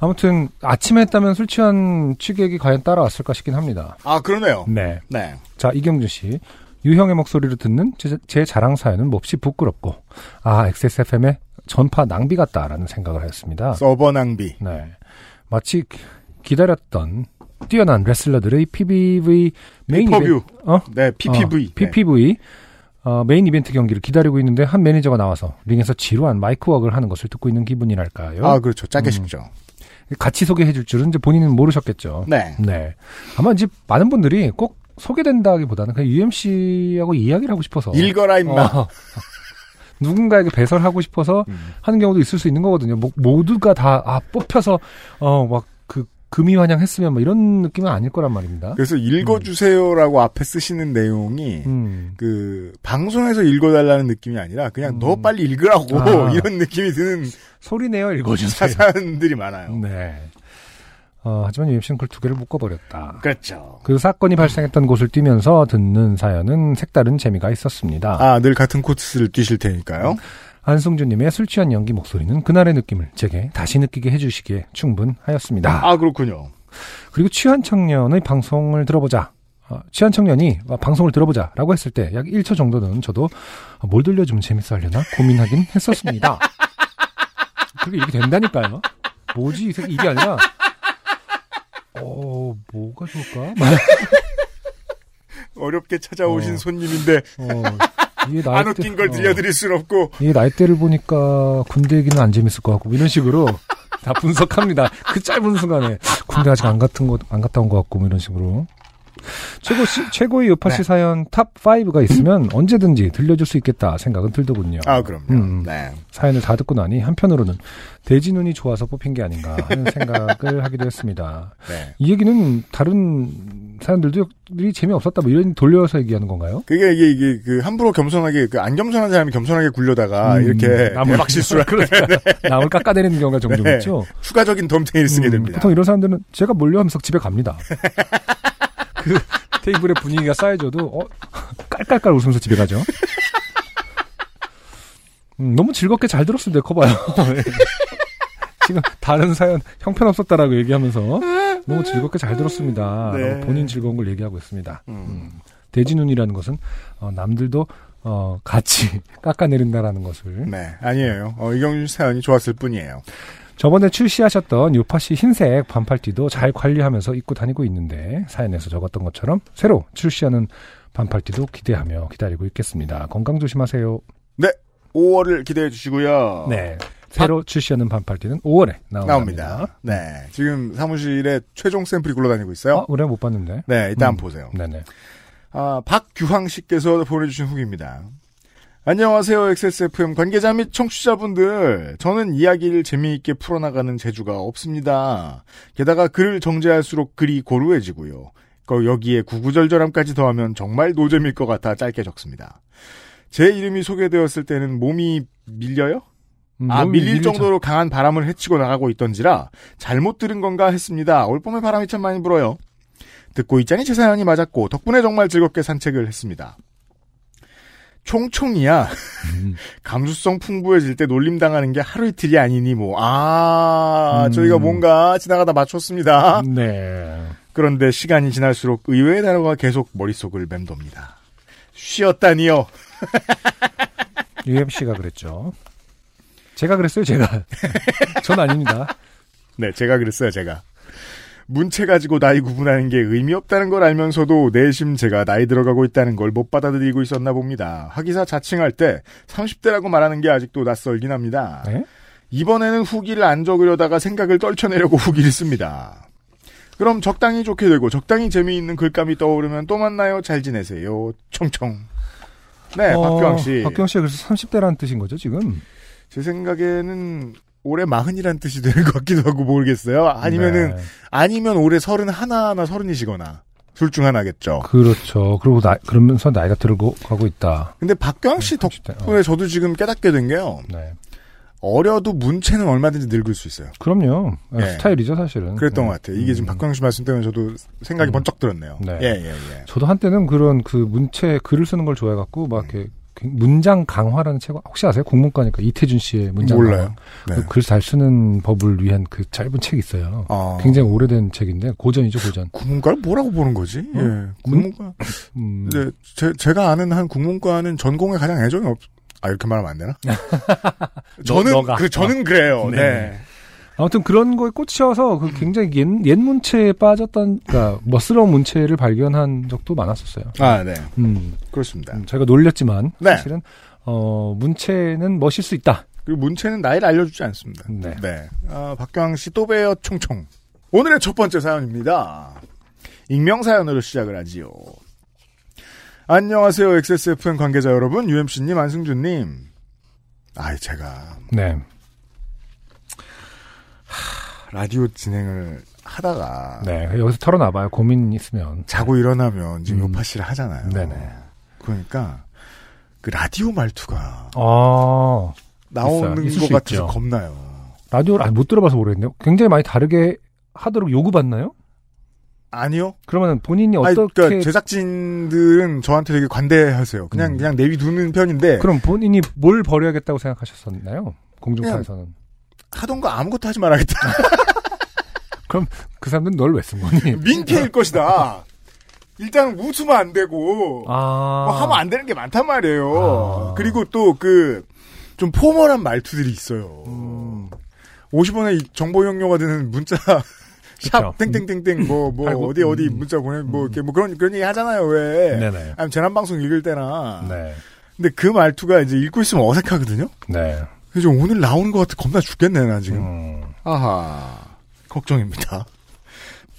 Speaker 2: 아무튼 아침에 했다면 술 취한 취객이 과연 따라왔을까 싶긴 합니다.
Speaker 1: 아, 그러네요.
Speaker 2: 네.
Speaker 1: 네.
Speaker 2: 자, 이경준 씨. 유형의 목소리를 듣는 제, 제 자랑 사연은 몹시 부끄럽고, 아, XSFM의 전파 낭비 같다라는 생각을 하였습니다.
Speaker 1: 서버 낭비.
Speaker 2: 네. 마치 기- 기다렸던 뛰어난 레슬러들의 PBV 메인
Speaker 1: 퍼뷰.
Speaker 2: 이벤트, 어?
Speaker 1: 네, PPV.
Speaker 2: 어, PPV. 어, 메인 이벤트 경기를 기다리고 있는데 한 매니저가 나와서 링에서 지루한 마이크웍을 하는 것을 듣고 있는
Speaker 1: 네.
Speaker 2: 기분이랄까요?
Speaker 1: 아, 그렇죠.
Speaker 2: 음.
Speaker 1: 짜게 식죠.
Speaker 2: 같이 소개해 줄 줄은 이제 본인은 모르셨겠죠.
Speaker 1: 네.
Speaker 2: 네. 아마 이제 많은 분들이 꼭 소개된다기보다는 그냥 UMC하고 이야기를 하고 싶어서
Speaker 1: 읽어라, 임마.
Speaker 2: 어. <laughs> 누군가에게 배설하고 싶어서 하는 경우도 있을 수 있는 거거든요. 모, 모두가 다 아, 뽑혀서 어 막 그 금이 환영했으면 뭐 이런 느낌은 아닐 거란 말입니다.
Speaker 1: 그래서 읽어주세요라고 앞에 쓰시는 내용이
Speaker 2: 음.
Speaker 1: 그 방송에서 읽어달라는 느낌이 아니라 그냥 너 빨리
Speaker 2: 음.
Speaker 1: 읽으라고
Speaker 2: 아.
Speaker 1: <laughs> 이런 느낌이 드는
Speaker 2: 소리 내어
Speaker 1: 사-
Speaker 2: 읽어주세요.
Speaker 1: 사연들이 많아요.
Speaker 2: <laughs> 네. 어, 하지만 UMC는 그걸 두 개를 묶어버렸다.
Speaker 1: 그렇죠.
Speaker 2: 그 사건이 발생했던 곳을 뛰면서 듣는 사연은 색다른 재미가 있었습니다.
Speaker 1: 아, 늘 같은 코트를 뛰실 테니까요.
Speaker 2: 음. 안승준님의 술 취한 연기 목소리는 그날의 느낌을 제게 다시 느끼게 해주시기에 충분하였습니다.
Speaker 1: 아, 그렇군요.
Speaker 2: 그리고 취한 청년의 방송을 들어보자. 어, 취한 청년이 어, 방송을 들어보자 라고 했을 때 약 1초 정도는 저도 어, 뭘 들려주면 재밌어 하려나 고민하긴 했었습니다. <laughs> 그게 이게 된다니까요. 뭐지 이 새끼 이게 아니라 어 뭐가 좋을까? 막,
Speaker 1: 어렵게 찾아오신
Speaker 2: 어.
Speaker 1: 손님인데
Speaker 2: 어, 이게 어. 나이
Speaker 1: 안 웃긴 걸 들려드릴 순 없고
Speaker 2: 이 나이대를 보니까 군대 얘기는 안 재밌을 것 같고 이런 식으로 다 분석합니다. 그 짧은 순간에 군대 아직 안 같은 거안 갔다 온 것 같고 뭐 이런 식으로 최고 시, 최고의 요파시
Speaker 1: 네.
Speaker 2: 사연 탑 5가 있으면 언제든지 들려줄 수 있겠다 생각은 들더군요.
Speaker 1: 아, 그럼요.
Speaker 2: 음.
Speaker 1: 네.
Speaker 2: 사연을 다 듣고 나니 한편으로는 돼지 눈이 좋아서 뽑힌 게 아닌가 하는 생각을 <laughs> 하기도 했습니다.
Speaker 1: 네.
Speaker 2: 이 얘기는 다른 사연들도 들이 재미없었다 뭐 이런 돌려서 얘기하는 건가요?
Speaker 1: 그게 이게 이게 그 함부로 겸손하게 그 안 겸손한 사람이 겸손하게 굴려다가
Speaker 2: 음,
Speaker 1: 이렇게
Speaker 2: 남을-
Speaker 1: 예,
Speaker 2: <laughs>
Speaker 1: 대박 실수를 하게
Speaker 2: 남을 그러니까 깎아내리는 경우가 종종
Speaker 1: 네.
Speaker 2: 있죠.
Speaker 1: 추가적인 덤탱이를 쓰게
Speaker 2: 음,
Speaker 1: 됩니다.
Speaker 2: 보통 이런 사람들은 제가 몰려하면서 집에 갑니다. <laughs> 그 테이블의 분위기가 쌓여져도 어, 깔깔깔 웃으면서 집에 가죠. 음, 너무 즐겁게 잘 들었으면 내 커봐요. <laughs> 지금 다른 사연 형편없었다라고 얘기하면서 너무 즐겁게 잘 들었습니다.
Speaker 1: 네. 음.
Speaker 2: 라고 본인 즐거운 걸 얘기하고 있습니다. 대진운이라는 것은 어, 남들도 어, 같이 <laughs> 깎아내린다라는 것을
Speaker 1: 네, 아니에요. 어, 이경준 씨 사연이 좋았을 뿐이에요.
Speaker 2: 저번에 출시하셨던 요파시 흰색 반팔티도 잘 관리하면서 입고 다니고 있는데 사연에서 적었던 것처럼 새로 출시하는 반팔티도 기대하며 기다리고 있겠습니다. 건강 조심하세요.
Speaker 1: 5월을 기대해 주시고요.
Speaker 2: 네. 새로 출시하는 반팔티는 5월에 나옵니다.
Speaker 1: 나옵니다. 네. 지금 사무실에 최종 샘플이 굴러다니고 있어요.
Speaker 2: 아, 올해 못 봤는데.
Speaker 1: 네, 일단
Speaker 2: 음.
Speaker 1: 보세요.
Speaker 2: 네네.
Speaker 1: 아, 박규황 씨께서 보내주신 후기입니다. 안녕하세요. XSFM 관계자 및 청취자분들. 저는 이야기를 재미있게 풀어나가는 재주가 없습니다. 게다가 글을 정제할수록 글이 고루해지고요. 그 여기에 구구절절함까지 더하면 정말 노잼일 것 같아 짧게 적습니다. 제 이름이 소개되었을 때는 몸이 밀려요?
Speaker 2: 음,
Speaker 1: 아,
Speaker 2: 몸이
Speaker 1: 밀릴
Speaker 2: 밀리죠.
Speaker 1: 정도로 강한 바람을 헤치고 나가고 있던지라 잘못 들은 건가 했습니다. 올 봄에 바람이 참 많이 불어요. 듣고 있자니 제 사연이 맞았고 덕분에 정말 즐겁게 산책을 했습니다. 총총이야.
Speaker 2: 음.
Speaker 1: <laughs> 감수성 풍부해질 때 놀림당하는 게 하루 이틀이 아니니 뭐. 아,
Speaker 2: 음.
Speaker 1: 저희가 뭔가 지나가다 맞췄습니다.
Speaker 2: 네.
Speaker 1: 그런데 시간이 지날수록 의외의 단어가 계속 머릿속을 맴돕니다. 쉬었다니요.
Speaker 2: UMC가 그랬죠. 제가 그랬어요,
Speaker 1: <laughs>
Speaker 2: 제가. 전 아닙니다.
Speaker 1: 네, 제가 그랬어요, 제가. 문체 가지고 나이 구분하는 게 의미 없다는 걸 알면서도 내심 제가 나이 들어가고 있다는 걸 못 받아들이고 있었나 봅니다. 하기사 자칭할 때 30대라고 말하는 게 아직도 낯설긴 합니다.
Speaker 2: 네?
Speaker 1: 이번에는 후기를 안 적으려다가 생각을 떨쳐내려고 <laughs> 후기를 씁니다. 그럼 적당히 좋게 되고 적당히 재미있는 글감이 떠오르면 또 만나요. 잘 지내세요. 청청. 네,
Speaker 2: 어,
Speaker 1: 박규왕 씨.
Speaker 2: 박경 씨가 그래서 30대라는 뜻인 거죠, 지금?
Speaker 1: 제 생각에는 올해 마흔이란 뜻이 되는 것 같기도 하고 모르겠어요. 아니면은
Speaker 2: 네.
Speaker 1: 아니면 올해 서른 하나나 서른이시거나 둘 중 하나겠죠.
Speaker 2: 그렇죠. 그리고 나, 그러면서 나이가 들고 가고 있다.
Speaker 1: 근데 박경 씨
Speaker 2: 덕분에.
Speaker 1: 덕분에 저도 지금 깨닫게 된 게요.
Speaker 2: 네.
Speaker 1: 어려도 문체는 얼마든지 늙을 수 있어요.
Speaker 2: 그럼요. 아,
Speaker 1: 예.
Speaker 2: 스타일이죠, 사실은.
Speaker 1: 그랬던
Speaker 2: 예.
Speaker 1: 것 같아요. 이게 지금
Speaker 2: 음.
Speaker 1: 박경 씨 말씀 때문에 저도 생각이
Speaker 2: 음.
Speaker 1: 번쩍 들었네요.
Speaker 2: 네.
Speaker 1: 예, 예, 예.
Speaker 2: 저도 한때는 그런 그 문체 글을 쓰는 걸 좋아해갖고 막 이렇게 문장 강화라는 책 혹시 아세요? 국문과니까 이태준 씨의 문장
Speaker 1: 몰라요. 네.
Speaker 2: 강화. 그 글 잘 쓰는 법을 위한 그 짧은 책 있어요.
Speaker 1: 아,
Speaker 2: 굉장히 오래된 책인데 고전이죠 고전.
Speaker 1: 국문과를 뭐라고 보는 거지? 예. 국문과.
Speaker 2: 음,
Speaker 1: 네, 제, 제가 아는 한 국문과는 전공에 가장 애정이 없, 아, 이렇게 말하면
Speaker 2: <laughs>
Speaker 1: 안 되나? 저는,
Speaker 2: 너가. 아,
Speaker 1: 그, 저는 그래요. 네.
Speaker 2: 아무튼 그런 거에 꽂혀서 그 굉장히 옛, 옛 문체에 빠졌던 그러니까 멋스러운 문체를 발견한 적도 많았었어요.
Speaker 1: 아, 네.
Speaker 2: 음,
Speaker 1: 그렇습니다.
Speaker 2: 음, 저희가 놀렸지만
Speaker 1: 네.
Speaker 2: 사실은 어, 문체는 멋일 수 있다.
Speaker 1: 그리고 문체는 나이를 알려주지 않습니다.
Speaker 2: 네.
Speaker 1: 아, 박경 씨 또 봬요 총총. 오늘의 첫 번째 사연입니다. 익명 사연으로 시작을 하지요. 안녕하세요. XSFM 관계자 여러분. UMC님, 안승준님. 아이, 제가
Speaker 2: 네.
Speaker 1: 라디오 진행을 하다가
Speaker 2: 네, 여기서 털어놔봐요. 고민 있으면.
Speaker 1: 자고 일어나면 지금
Speaker 2: 음.
Speaker 1: 요파씨를 하잖아요.
Speaker 2: 네네.
Speaker 1: 그러니까 그 라디오 말투가
Speaker 2: 아,
Speaker 1: 나오는
Speaker 2: 있을
Speaker 1: 것
Speaker 2: 수
Speaker 1: 같아서
Speaker 2: 있죠.
Speaker 1: 겁나요.
Speaker 2: 라디오를 아, 못 들어봐서 모르겠네요. 굉장히 많이 다르게 하도록 요구받나요?
Speaker 1: 아니요?
Speaker 2: 그러면 본인이
Speaker 1: 아니,
Speaker 2: 어떻게
Speaker 1: 그러니까 제작진들은 저한테 되게 관대하세요. 그냥
Speaker 2: 음.
Speaker 1: 그냥 내비 두는 편인데
Speaker 2: 그럼 본인이 뭘 버려야겠다고 생각하셨었나요? 공중파에서는.
Speaker 1: 하던 거 아무것도 하지 말아야겠다.
Speaker 2: 그 사람들은 널 왜 쓴 거니?
Speaker 1: 음. 민폐일 것이다. 일단 웃으면 안 되고
Speaker 2: 아.
Speaker 1: 뭐 하면 안 되는 게 많단 말이에요.
Speaker 2: 아.
Speaker 1: 그리고 또 그 좀 포멀한 말투들이 있어요.
Speaker 2: 음.
Speaker 1: 50원의 정보 용료가 드는 문자 <laughs> 샵
Speaker 2: 그쵸.
Speaker 1: 땡땡땡땡 뭐 뭐
Speaker 2: 아이고,
Speaker 1: 어디 어디
Speaker 2: 음.
Speaker 1: 문자 보내 뭐 이렇게 뭐 그런 그런 얘기 하잖아요 왜?
Speaker 2: 네네.
Speaker 1: 아니 재난 방송 읽을 때나.
Speaker 2: 네.
Speaker 1: 근데 그 말투가 이제 읽고 있으면 어색하거든요.
Speaker 2: 네.
Speaker 1: 그래서 오늘 나오는 것 같아 겁나 죽겠네 나 지금.
Speaker 2: 음.
Speaker 1: 아하 걱정입니다.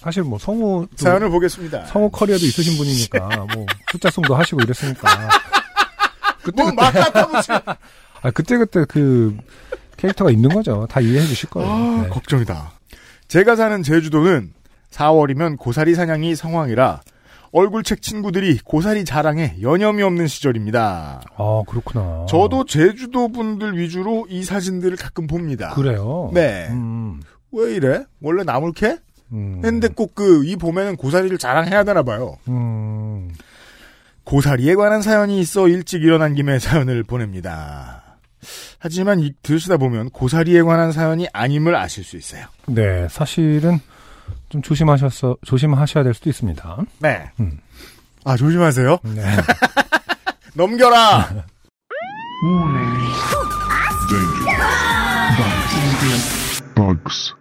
Speaker 2: 사실 뭐 성우. 또
Speaker 1: 사연을 네. 보겠습니다.
Speaker 2: 성우 커리어도 있으신
Speaker 1: <laughs>
Speaker 2: 분이니까, 뭐, 숫자송도 하시고 이랬으니까. 그때,
Speaker 1: 뭐
Speaker 2: 그때,
Speaker 1: 막 갖다 붙여.
Speaker 2: 아, 그때그때 그 캐릭터가 있는 거죠. 다 이해해 주실 거예요.
Speaker 1: 아,
Speaker 2: 네.
Speaker 1: 걱정이다. 제가 사는 제주도는 4월이면 고사리 사냥이 상황이라 얼굴책 친구들이 고사리 자랑에 여념이 없는 시절입니다.
Speaker 2: 아, 그렇구나.
Speaker 1: 저도 제주도 분들 위주로 이 사진들을 가끔 봅니다.
Speaker 2: 그래요.
Speaker 1: 네.
Speaker 2: 음,
Speaker 1: 왜 이래? 원래 나물캐?
Speaker 2: 음.
Speaker 1: 했는데 꼭 그 이 봄에는 고사리를 자랑해야 되나 봐요.
Speaker 2: 음.
Speaker 1: 고사리에 관한 사연이 있어 일찍 일어난 김에 사연을 보냅니다. 하지만 이, 들으시다 보면 고사리에 관한 사연이 아님을 아실 수 있어요.
Speaker 2: 네, 사실은 좀 조심하셔서 조심하셔야 될 수도 있습니다.
Speaker 1: 네.
Speaker 2: 음.
Speaker 1: 아 조심하세요.
Speaker 2: 네.
Speaker 1: 넘겨라.
Speaker 8: bugs.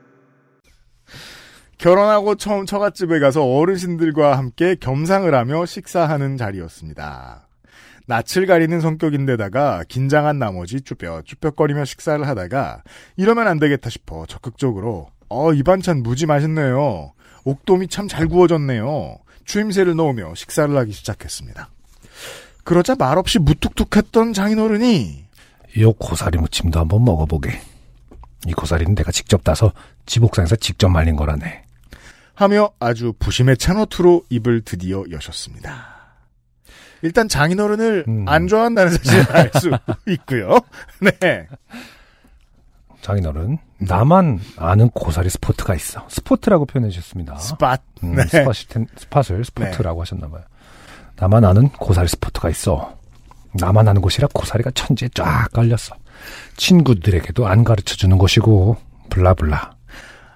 Speaker 1: 결혼하고 처음 처갓집에 가서 어르신들과 함께 겸상을 하며 식사하는 자리였습니다. 낯을 가리는 성격인데다가 긴장한 나머지 쭈뼛쭈뼛거리며 식사를 하다가 이러면 안 되겠다 싶어 적극적으로 어, 이 반찬 무지 맛있네요. 옥돔이 참 잘 구워졌네요. 추임새를 넣으며 식사를 하기 시작했습니다. 그러자 말없이 무뚝뚝했던 장인어른이
Speaker 2: <laughs> 요 고사리 무침도 한번 먹어보게. 이 고사리는 내가 직접 따서 지복산에서 직접 말린 거라네.
Speaker 1: 하며 아주 부심의 찬호투로 입을 드디어 여셨습니다. 일단 장인어른을
Speaker 2: 음.
Speaker 1: 안 좋아한다는 사실을 알
Speaker 2: <laughs>
Speaker 1: 수 있고요. 네.
Speaker 2: 장인어른, 나만 아는 고사리 스포트가 있어. 스포트라고 표현해 주셨습니다.
Speaker 1: 스팟.
Speaker 2: 음,
Speaker 1: 네.
Speaker 2: 스팟이 텐- 스팟을 스포트라고 하셨나봐요. 나만 아는 고사리 스포트가 있어. 나만 아는 곳이라 고사리가 천지에 쫙 깔렸어. 친구들에게도 안 가르쳐 주는 곳이고, 블라블라.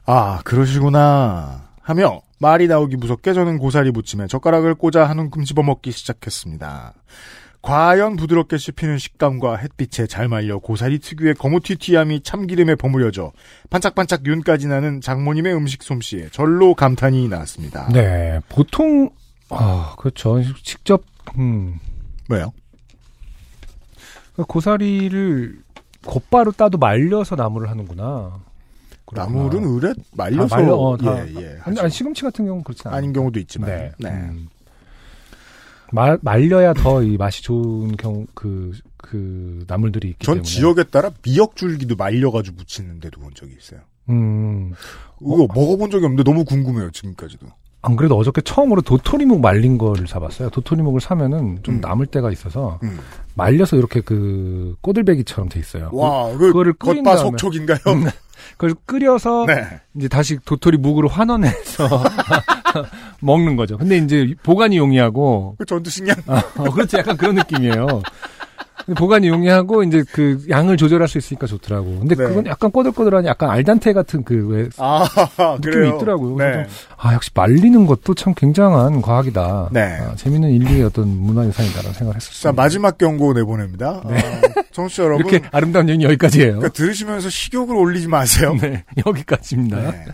Speaker 1: 아, 그러시구나. 하며 말이 나오기 무섭게 저는 고사리 무침에 젓가락을 꽂아 한 움큼 집어먹기 시작했습니다. 과연 부드럽게 씹히는 식감과 햇빛에 잘 말려 고사리 특유의 거무튀튀함이 참기름에 버무려져 반짝반짝 윤까지 나는 장모님의 음식 솜씨에 절로 감탄이 나왔습니다.
Speaker 2: 네, 보통, 아, 그렇죠. 직접, 음,
Speaker 1: 왜요?
Speaker 2: 그 고사리를 곧바로 따도 말려서 나물을 하는구나. 그렇구나.
Speaker 1: 나물은 의뢰 말려서
Speaker 2: 다 말려, 어, 다.
Speaker 1: 예, 예,
Speaker 2: 아니,
Speaker 1: 하죠.
Speaker 2: 아니, 시금치 같은 경우는 그렇지 않아요.
Speaker 1: 아닌 경우도 있지만
Speaker 2: 네.
Speaker 1: 네.
Speaker 2: 음. 말, 말려야 더 이 맛이 좋은 경우, 그, 그, 나물들이 있기
Speaker 1: 전
Speaker 2: 때문에.
Speaker 1: 지역에 따라 미역 줄기도 말려가지고 무치는 데도 본 적이 있어요.
Speaker 2: 음.
Speaker 1: 이거 먹어본 적이 없는데 너무 궁금해요 지금까지도.
Speaker 2: 안 그래도 어저께 처음으로 도토리묵 말린 거를 사봤어요. 도토리묵을 사면은 좀
Speaker 1: 음.
Speaker 2: 남을 때가 있어서
Speaker 1: 음.
Speaker 2: 말려서 이렇게 그 꼬들배기처럼 돼 있어요.
Speaker 1: 와, 그
Speaker 2: 아, 그거를 끓인
Speaker 1: 겉바
Speaker 2: 다음에. <laughs> 음.
Speaker 1: 속촉인가요?
Speaker 2: 그걸 끓여서
Speaker 1: 네.
Speaker 2: 이제 다시 도토리묵으로 환원해서 <laughs> 먹는 거죠. 근데 이제 보관이 용이하고 <laughs>
Speaker 1: 그 전두식량.
Speaker 2: 어, 그렇지. 약간 그런 느낌이에요. 근데 보관이 용이하고 이제 그 양을 조절할 수 있으니까 좋더라고. 근데
Speaker 1: 네.
Speaker 2: 그건 약간 꼬들꼬들한 약간 알단테 같은 그 왜,
Speaker 1: 아, 그래요.
Speaker 2: 있더라고요.
Speaker 1: 네.
Speaker 2: 아 역시 말리는 것도 참 굉장한 과학이다.
Speaker 1: 네.
Speaker 2: 아, 재밌는 인류의 어떤 문화유산이다라는 생각을
Speaker 1: 자,
Speaker 2: 했었어요.
Speaker 1: 마지막 경고 내보냅니다. 아, 청취자 여러분.
Speaker 2: 네. 이렇게 아름다운 얘기 여기까지예요.
Speaker 1: 그러니까 들으시면서 식욕을 올리지 마세요.
Speaker 2: 네, 여기까지입니다.
Speaker 1: 네.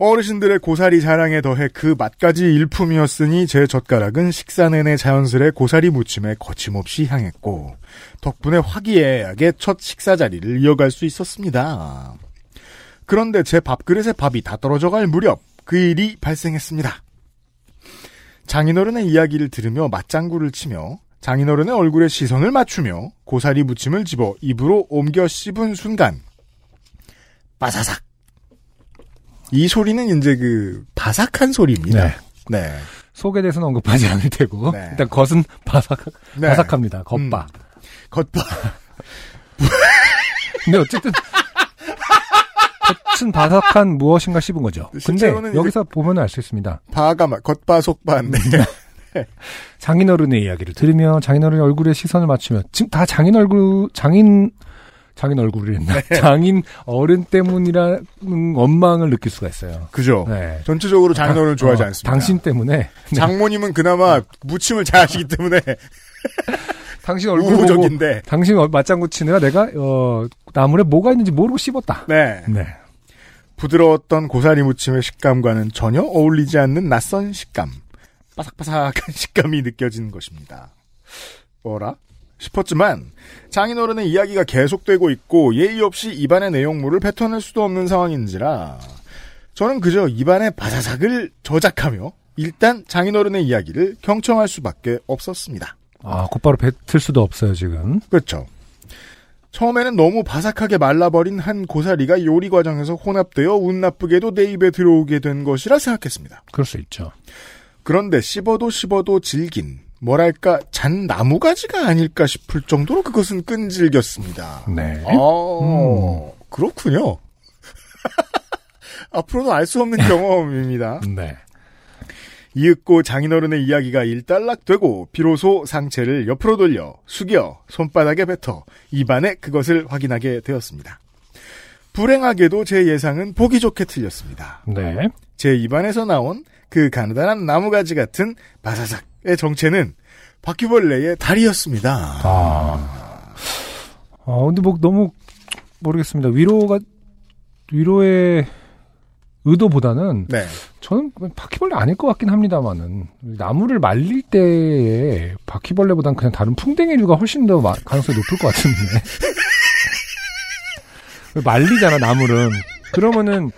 Speaker 1: 어르신들의 고사리 자랑에 더해 그 맛까지 일품이었으니 제 젓가락은 식사 내내 자연스레 고사리 무침에 거침없이 향했고 덕분에 화기애애하게 첫 식사 자리를 이어갈 수 있었습니다. 그런데 제 밥그릇에 밥이 다 떨어져갈 무렵 그 일이 발생했습니다. 장인어른의 이야기를 들으며 맞장구를 치며 장인어른의 얼굴에 시선을 맞추며 고사리 무침을 집어 입으로 옮겨 씹은 순간 바사삭 이 소리는 이제 그 바삭한 소리입니다.
Speaker 2: 네.
Speaker 1: 네.
Speaker 2: 속에 대해서는 언급하지 않을 테고
Speaker 1: 네.
Speaker 2: 일단 겉은 바삭
Speaker 1: 네. 음.
Speaker 2: 바삭합니다. 겉바.
Speaker 1: 겉바.
Speaker 2: 근데 어쨌든 겉은 바삭한 무엇인가 씹은 거죠. 근데
Speaker 1: 실제로는 이제-
Speaker 2: 여기서 보면 알 수 있습니다.
Speaker 1: 바가 막 겉바 속바 네.
Speaker 2: 장인어른의 이야기를 들으며 장인어른의 얼굴에 시선을 맞추며 지금 다 장인 얼굴 장인 장인 얼굴을 했나
Speaker 1: 네.
Speaker 2: <laughs> 장인 어른 때문이라는 원망을 느낄 수가 있어요.
Speaker 1: 그죠.
Speaker 2: 네.
Speaker 1: 전체적으로 장인어른을 좋아하지
Speaker 2: 어,
Speaker 1: 않습니다.
Speaker 2: 당신 네. 때문에
Speaker 1: 장모님은 그나마 무침을 잘 하시기 때문에
Speaker 2: 당신 얼굴 보고
Speaker 1: 우호적인데.
Speaker 2: 당신 얼- 맞장구 치느라 내가 어 나물에 뭐가 있는지 모르고 씹었다.
Speaker 1: 네.
Speaker 2: 네.
Speaker 1: 부드러웠던 고사리 무침의 식감과는 전혀 어울리지 않는 낯선 식감. 바삭바삭한 <laughs> 식감이 느껴지는 것입니다. 뭐라? 싶었지만 장인어른의 이야기가 계속되고 있고 예의 없이 입안의 내용물을 뱉어낼 수도 없는 상황인지라 저는 그저 입안의 바사삭을 저작하며 일단 장인어른의 이야기를 경청할 수밖에 없었습니다.
Speaker 2: 아 곧바로 뱉을 수도 없어요 지금.
Speaker 1: 그렇죠. 처음에는 너무 바삭하게 말라버린 한 고사리가 요리 과정에서 혼합되어 운 나쁘게도 내 입에 들어오게 된 것이라 생각했습니다.
Speaker 2: 그럴 수 있죠.
Speaker 1: 그런데 씹어도 씹어도 질긴, 뭐랄까, 잔 나무가지가 아닐까 싶을 정도로 그것은 끈질겼습니다.
Speaker 2: 네.
Speaker 1: 아, 그렇군요. <laughs> 앞으로도 알 수 없는 경험입니다.
Speaker 2: 네.
Speaker 1: 이윽고 장인어른의 이야기가 일단락되고 비로소 상체를 옆으로 돌려 숙여 손바닥에 뱉어 입안에 그것을 확인하게 되었습니다. 불행하게도 제 예상은 보기 좋게 틀렸습니다.
Speaker 2: 네.
Speaker 1: 제 입안에서 나온 그 가느다란 나무가지 같은 바사삭의 정체는 바퀴벌레의 다리였습니다.
Speaker 2: 아. 아, 근데 뭐 너무 모르겠습니다. 위로가 위로의 의도보다는
Speaker 1: 네.
Speaker 2: 저는 바퀴벌레 아닐 것 같긴 합니다만은 나무를 말릴 때에 바퀴벌레보단 그냥 다른 풍뎅이류가 훨씬 더 마- 가능성이 높을 것 같은데 <laughs> 말리잖아 나무는 그러면은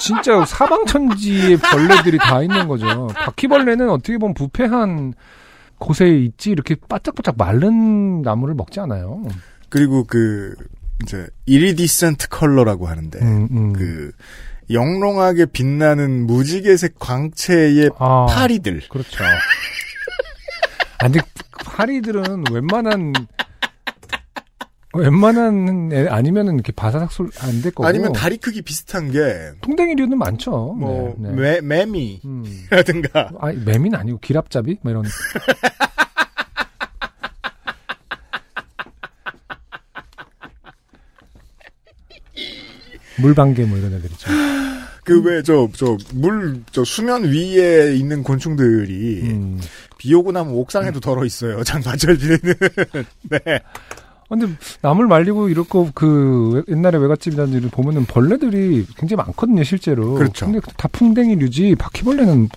Speaker 2: 진짜 사방천지에 벌레들이 다 있는 거죠 바퀴벌레는 어떻게 보면 부패한 곳에 있지 이렇게 바짝바짝 마른 나무를 먹지 않아요.
Speaker 1: 네. 그리고 그 이제 이리디센트 컬러라고 하는데
Speaker 2: 음, 음.
Speaker 1: 그 영롱하게 빛나는 무지개색 광채의
Speaker 2: 아,
Speaker 1: 파리들
Speaker 2: 그렇죠. 아, 근데 파리들은 웬만한 웬만한 애 아니면은 이렇게 바사삭 솔 안 될 거고
Speaker 1: 아니면 다리 크기 비슷한 게
Speaker 2: 통댕이류는 많죠.
Speaker 1: 뭐
Speaker 2: 네, 네.
Speaker 1: 매, 매미라든가
Speaker 2: 음. 아니, 매미는 아니고 기랍잡이? 뭐 이런. 물방개 뭐 이런 애들이죠.
Speaker 1: <laughs> 그 왜 저 저 물 저 수면 위에 있는 곤충들이
Speaker 2: 음.
Speaker 1: 비 오고 나면 옥상에도 덜어 있어요. <laughs> 장마철비는 네.
Speaker 2: 근데 나물 말리고 이렇고 그 옛날에 외갓집이라는 데를 보면은 벌레들이 굉장히 많거든요 실제로.
Speaker 1: 그렇죠.
Speaker 2: 근데 다 풍뎅이류지 바퀴벌레는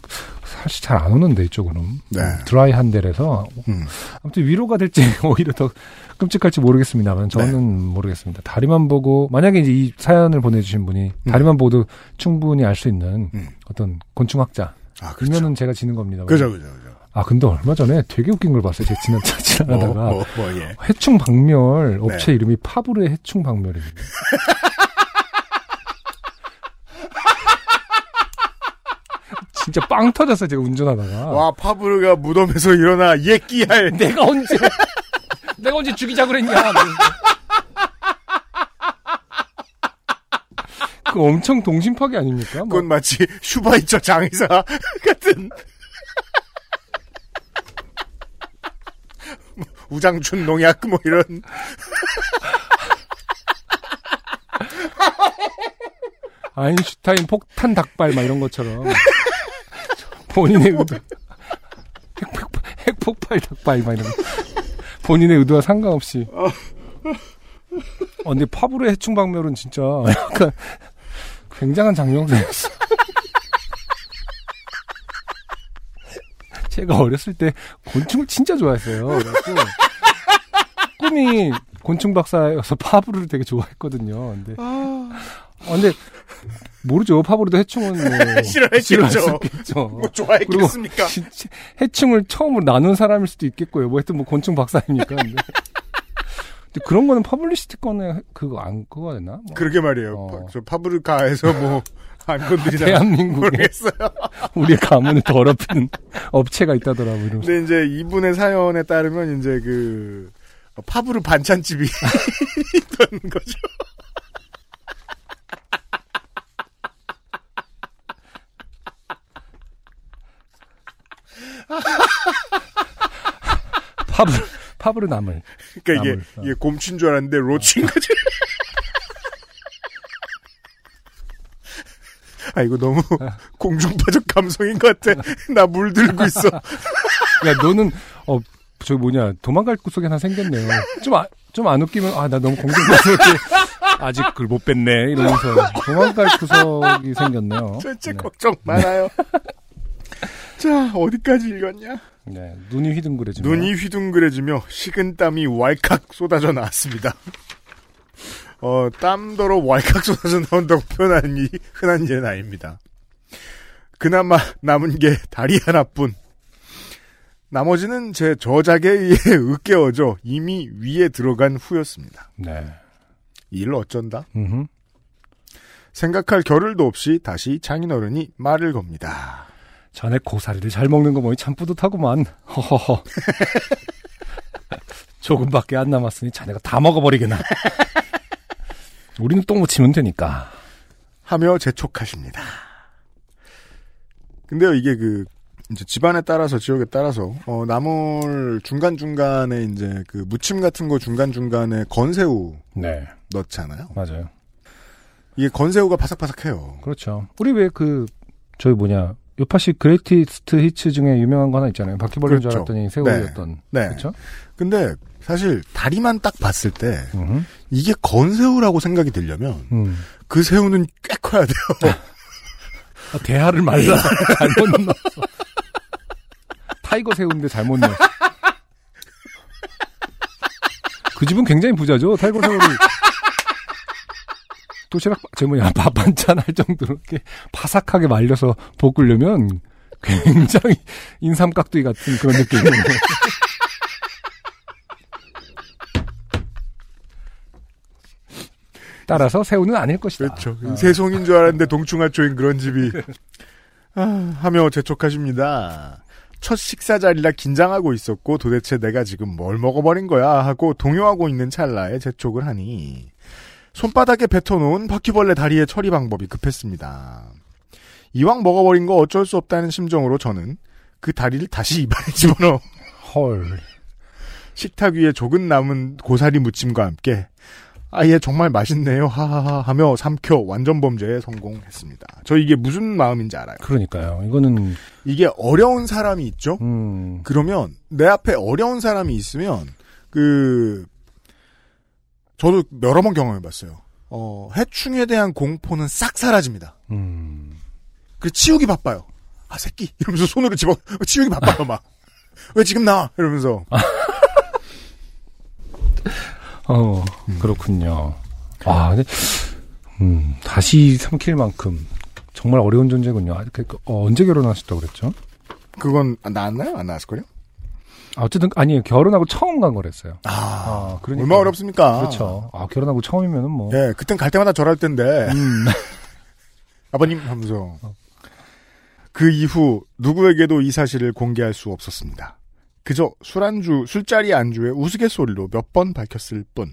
Speaker 2: 사실 잘 안 오는데 이쪽으로는
Speaker 1: 네.
Speaker 2: 드라이한 데라서
Speaker 1: 음.
Speaker 2: 아무튼 위로가 될지 <laughs> 오히려 더 끔찍할지 모르겠습니다만 저는
Speaker 1: 네.
Speaker 2: 모르겠습니다. 다리만 보고 만약에 이제 이 사연을 보내주신 분이 다리만 보고도 충분히 알 수 있는
Speaker 1: 음.
Speaker 2: 어떤 곤충학자
Speaker 1: 아 그렇죠.
Speaker 2: 그러면은 제가 지는 겁니다.
Speaker 1: 그죠 그죠 그죠.
Speaker 2: 아 근데 얼마 전에 되게 웃긴 걸 봤어요. 제가 지난 <laughs> 지나가다가
Speaker 1: 뭐, 뭐, 뭐, 예.
Speaker 2: 해충 박멸 업체
Speaker 1: 네.
Speaker 2: 이름이 파브르의 해충 박멸입니다. <laughs> 진짜 빵 터졌어요. 제가 운전하다가.
Speaker 1: 와 파브르가 무덤에서 <laughs> 일어나 예끼할
Speaker 2: 내가 언제 <laughs> 내가 언제 죽이자 그랬냐. 그 엄청 동심 파괴 아닙니까? 뭐
Speaker 1: 그건 마치 슈바이처 장의사 <laughs> 같은 <laughs> 뭐, 우장춘 농약 뭐 이런
Speaker 2: 아인슈타인 폭탄 닭발 막 이런 것처럼 본인의 의도 핵폭- 핵폭발 닭발 막 이런 거. 본인의 의도와 상관없이 어, 근데 파브르의 해충박멸은 진짜 약간 굉장한 장면이었어 제가 어렸을 때 곤충을 진짜 좋아했어요 그래갖고 꿈이 곤충 박사여서 파브르를 되게 좋아했거든요 근데 어, 근데 모르죠. 파브르도 해충은 뭐
Speaker 1: 싫어했겠죠.
Speaker 2: 싫어했었겠죠.
Speaker 1: 뭐 좋아했겠습니까?
Speaker 2: 진짜 해충을 처음으로 나눈 사람일 수도 있겠고요. 뭐 하여튼 뭐 곤충 박사입니까? 근데, 근데 그런 거는 퍼블리시티 거는 그거 안 그거 되나? 뭐
Speaker 1: 그러게 말이에요.
Speaker 2: 어.
Speaker 1: 파- 저 파브르카에서
Speaker 2: <laughs>
Speaker 1: 뭐 안 건드리나
Speaker 2: 대한민국에
Speaker 1: 모르겠어요.
Speaker 2: 우리의 가문을 더럽히는 <laughs> 업체가 있다더라고 이러면서
Speaker 1: 근데 이제 이분의 사연에 따르면 이제 그 파브르 반찬집이 <laughs> 있던 거죠.
Speaker 2: 파브르 파브르 나물.
Speaker 1: 그러니까 이게
Speaker 2: 나물, 어.
Speaker 1: 이게 곰친 줄 알았는데 로친 거죠. 아
Speaker 2: <laughs>
Speaker 1: 이거 너무 공중파적 감성인 것 같아. 나 물들고
Speaker 2: <laughs>
Speaker 1: 있어.
Speaker 2: 야 너는 어 저기 뭐냐 도망갈 구석이 하나 생겼네요. 좀 좀 안 웃기면 아 나 너무 공중파적이 아직 그걸 못 뺐네 이러면서 도망갈 구석이 생겼네요.
Speaker 1: 진짜
Speaker 2: 네.
Speaker 1: 걱정 많아요. 자 어디까지 읽었냐?
Speaker 2: 네, 눈이 휘둥그레지네요.
Speaker 1: 눈이 휘둥그레지며 식은 땀이 왈칵 쏟아져 나왔습니다. 어, 땀더러 왈칵 쏟아져 나온다고 표현하는 이 흔한 예는 아닙니다. 그나마 남은 게 다리 하나뿐. 나머지는 제 저작에 의해 <laughs> 으깨어져 이미 위에 들어간 후였습니다.
Speaker 2: 네.
Speaker 1: 이 일로 어쩐다?
Speaker 2: 음흠.
Speaker 1: 생각할 겨를도 없이 다시 장인어른이 말을 겁니다.
Speaker 2: 전에 고사리를 잘 먹는 거 보니 참 뿌듯하구만.
Speaker 1: <laughs>
Speaker 2: 허허허. 조금밖에 안 남았으니 자네가 다 먹어버리게나. 우리는 똥 묻히면 되니까.
Speaker 1: 하며 재촉하십니다. 근데요, 이게 그, 이제 집안에 따라서, 지역에 따라서, 어, 나물 중간중간에 이제 그 무침 같은 거 중간중간에 건새우
Speaker 2: 네,
Speaker 1: 넣잖아요.
Speaker 2: 맞아요.
Speaker 1: 이게 건새우가 바삭바삭해요.
Speaker 2: 그렇죠. 우리 왜 그 저희 뭐냐 요파시 그레이티스트 히츠 중에 유명한 거 하나 있잖아요. 바퀴벌레인 줄
Speaker 1: 그렇죠.
Speaker 2: 알았더니 새우였던.
Speaker 1: 네.
Speaker 2: 그렇죠.
Speaker 1: 근데 사실 다리만 딱 봤을 때
Speaker 2: 음흠.
Speaker 1: 이게 건새우라고 생각이 들려면
Speaker 2: 음.
Speaker 1: 그 새우는 꽤 커야
Speaker 2: <laughs>
Speaker 1: 돼요.
Speaker 2: 아, 대하를
Speaker 1: 네.
Speaker 2: 말라. 잘못 넣었어. 타이거 새우인데 잘못 넣었어. 그 집은 굉장히 부자죠. 타이거 새우를. 도시락, 제 뭐야, 밥 반찬 할 정도로 이렇게 바삭하게 말려서 볶으려면 굉장히 인삼깍두기 같은 그런 느낌이네요. 따라서 새우는 아닐 것이다.
Speaker 1: 그렇죠. 세송인 줄 알았는데 동충하초인 그런 집이 아, 하며 재촉하십니다. 첫 식사 자리라 긴장하고 있었고 도대체 내가 지금 뭘 먹어버린 거야 하고 동요하고 있는 찰나에 재촉을 하니 손바닥에 뱉어놓은 바퀴벌레 다리의 처리 방법이 급했습니다. 이왕 먹어버린 거 어쩔 수 없다는 심정으로 저는 그 다리를 다시 입안에 <laughs> 집어넣어
Speaker 2: 헐.
Speaker 1: 식탁 위에 조금 남은 고사리 무침과 함께 아예 정말 맛있네요 하하하 하며 삼켜 완전 범죄에 성공했습니다. 저 이게 무슨 마음인지 알아요.
Speaker 2: 그러니까요. 이거는
Speaker 1: 이게 어려운 사람이 있죠.
Speaker 2: 음.
Speaker 1: 그러면 내 앞에 어려운 사람이 있으면 그 저도 여러 번 경험해봤어요. 어, 해충에 대한 공포는 싹 사라집니다.
Speaker 2: 음.
Speaker 1: 그 치우기 바빠요. 아 새끼 이러면서 손으로 집어 치우기 바빠요 막. 왜 지금 나와? 이러면서
Speaker 2: 아. 어, 그렇군요. 아, 근데, 음, 다시 삼킬 만큼 정말 어려운 존재군요. 아, 그, 그, 어, 언제 결혼하셨다고 그랬죠?
Speaker 1: 그건 안 나왔나요? 안 나왔을걸요?
Speaker 2: 아, 어쨌든, 아니, 결혼하고 처음 간 거랬어요. 아, 그러니까.
Speaker 1: 얼마 어렵습니까?
Speaker 2: 그렇죠. 아, 결혼하고 처음이면은 뭐.
Speaker 1: 예, 그땐 갈 때마다 절할 텐데. <laughs> 아버님 하면서. 그 이후 누구에게도 이 사실을 공개할 수 없었습니다. 그저 술안주, 술자리 안주의 우스갯소리로 몇 번 밝혔을 뿐.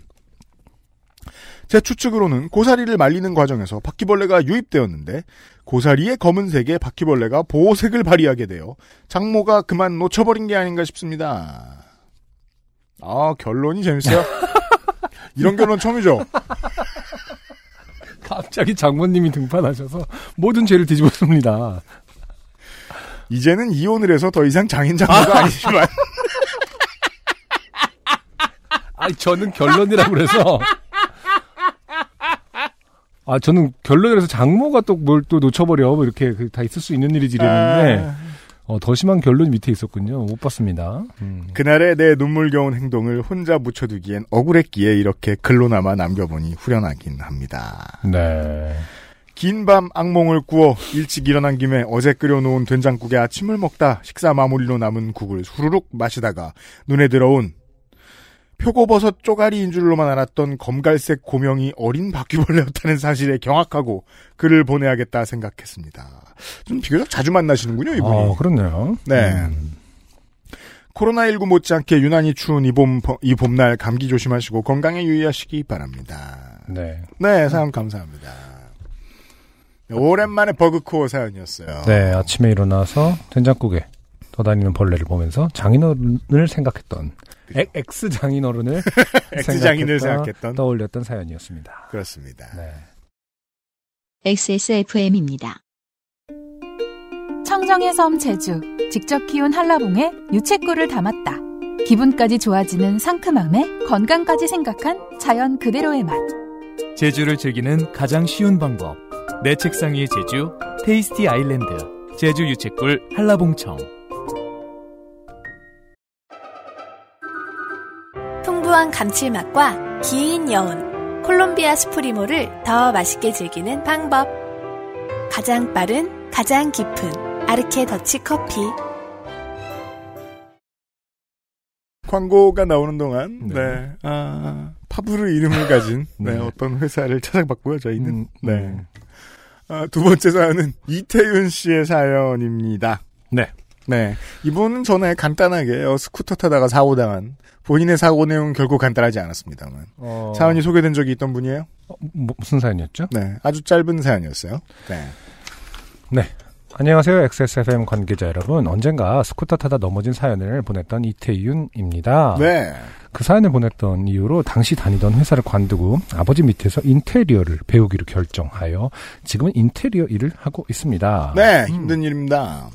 Speaker 1: 제 추측으로는 고사리를 말리는 과정에서 바퀴벌레가 유입되었는데 고사리의 검은색에 바퀴벌레가 보호색을 발휘하게 되어 장모가 그만 놓쳐버린 게 아닌가 싶습니다. 아 결론이 재밌어요. 이런 결론 처음이죠.
Speaker 2: 갑자기 장모님이 등판하셔서 모든 죄를 뒤집었습니다.
Speaker 1: 이제는 이혼을 해서 더 이상 장인 장모가 아니지만
Speaker 2: 아, 저는 결론이라고 그래서. 아, 저는 결론이라서 장모가 또 뭘 또 놓쳐버려. 뭐 이렇게 그다 있을 수 있는 일이지 이랬는데.
Speaker 1: 네.
Speaker 2: 어, 더 심한 결론이 밑에 있었군요. 못 봤습니다. 음.
Speaker 1: 그날의 내 눈물겨운 행동을 혼자 묻혀두기엔 억울했기에 이렇게 글로나마 남겨보니 후련하긴 합니다.
Speaker 2: 네.
Speaker 1: 긴 밤 악몽을 꾸어 일찍 일어난 김에 어제 끓여놓은 된장국에 아침을 먹다 식사 마무리로 남은 국을 후루룩 마시다가 눈에 들어온 표고버섯 쪼가리인 줄로만 알았던 검갈색 고명이 어린 바퀴벌레였다는 사실에 경악하고 글을 보내야겠다 생각했습니다. 좀 비교적 자주 만나시는군요, 이분이.
Speaker 2: 아, 그렇네요.
Speaker 1: 네.
Speaker 2: 음.
Speaker 1: 코로나19 못지않게 유난히 추운 이 봄, 이 봄날 감기 조심하시고 건강에 유의하시기 바랍니다.
Speaker 2: 네.
Speaker 1: 네, 사연 감사합니다. 오랜만에 버그코어 사연이었어요.
Speaker 2: 네, 아침에 일어나서 된장국에 떠다니는 벌레를 보면서 장인어른을 생각했던 엑- 엑스 장인어른을
Speaker 1: <laughs> X 장인을
Speaker 2: 생각했다,
Speaker 1: 생각했던.
Speaker 2: 떠올렸던 사연이었습니다.
Speaker 1: 그렇습니다.
Speaker 2: 네.
Speaker 3: XSFM입니다.
Speaker 5: 청정의 섬 제주 직접 키운 한라봉에 유채꿀을 담았다. 기분까지 좋아지는 상큼함에 건강까지 생각한 자연 그대로의 맛.
Speaker 8: 제주를 즐기는 가장 쉬운 방법. 내 책상 위의 제주, 테이스티 아일랜드. 제주 유채꿀 한라봉청.
Speaker 9: 풍부한 감칠맛과 긴 여운, 콜롬비아 스프리모를 더 맛있게 즐기는 방법. 가장 빠른, 가장 깊은 아르케 더치 커피.
Speaker 1: 광고가 나오는 동안,
Speaker 2: 네.
Speaker 1: 네. 아, 파브르 이름을 가진, 네,
Speaker 2: <laughs> 네.
Speaker 1: 어떤 회사를 찾아봤고요, 저희는.
Speaker 2: 음,
Speaker 1: 네.
Speaker 2: 음.
Speaker 1: 아, 두 번째 사연은 이태윤 씨의 사연입니다.
Speaker 2: 네.
Speaker 1: 네. 이분은 전에 간단하게 어, 스쿠터 타다가 사고당한 본인의 사고 내용은 결코 간단하지 않았습니다만.
Speaker 2: 어,
Speaker 1: 사연이 소개된 적이 있던 분이에요?
Speaker 2: 어, 뭐, 무슨 사연이었죠?
Speaker 1: 네. 아주 짧은 사연이었어요. 네.
Speaker 2: 안녕하세요. XSFM 관계자 여러분. 언젠가 스쿠터 타다 넘어진 사연을 보냈던 이태윤입니다.
Speaker 1: 네.
Speaker 2: 그 사연을 보냈던 이유로 당시 다니던 회사를 관두고 아버지 밑에서 인테리어를 배우기로 결정하여 지금은 인테리어 일을 하고 있습니다. 음,
Speaker 1: 네. 힘든 일입니다.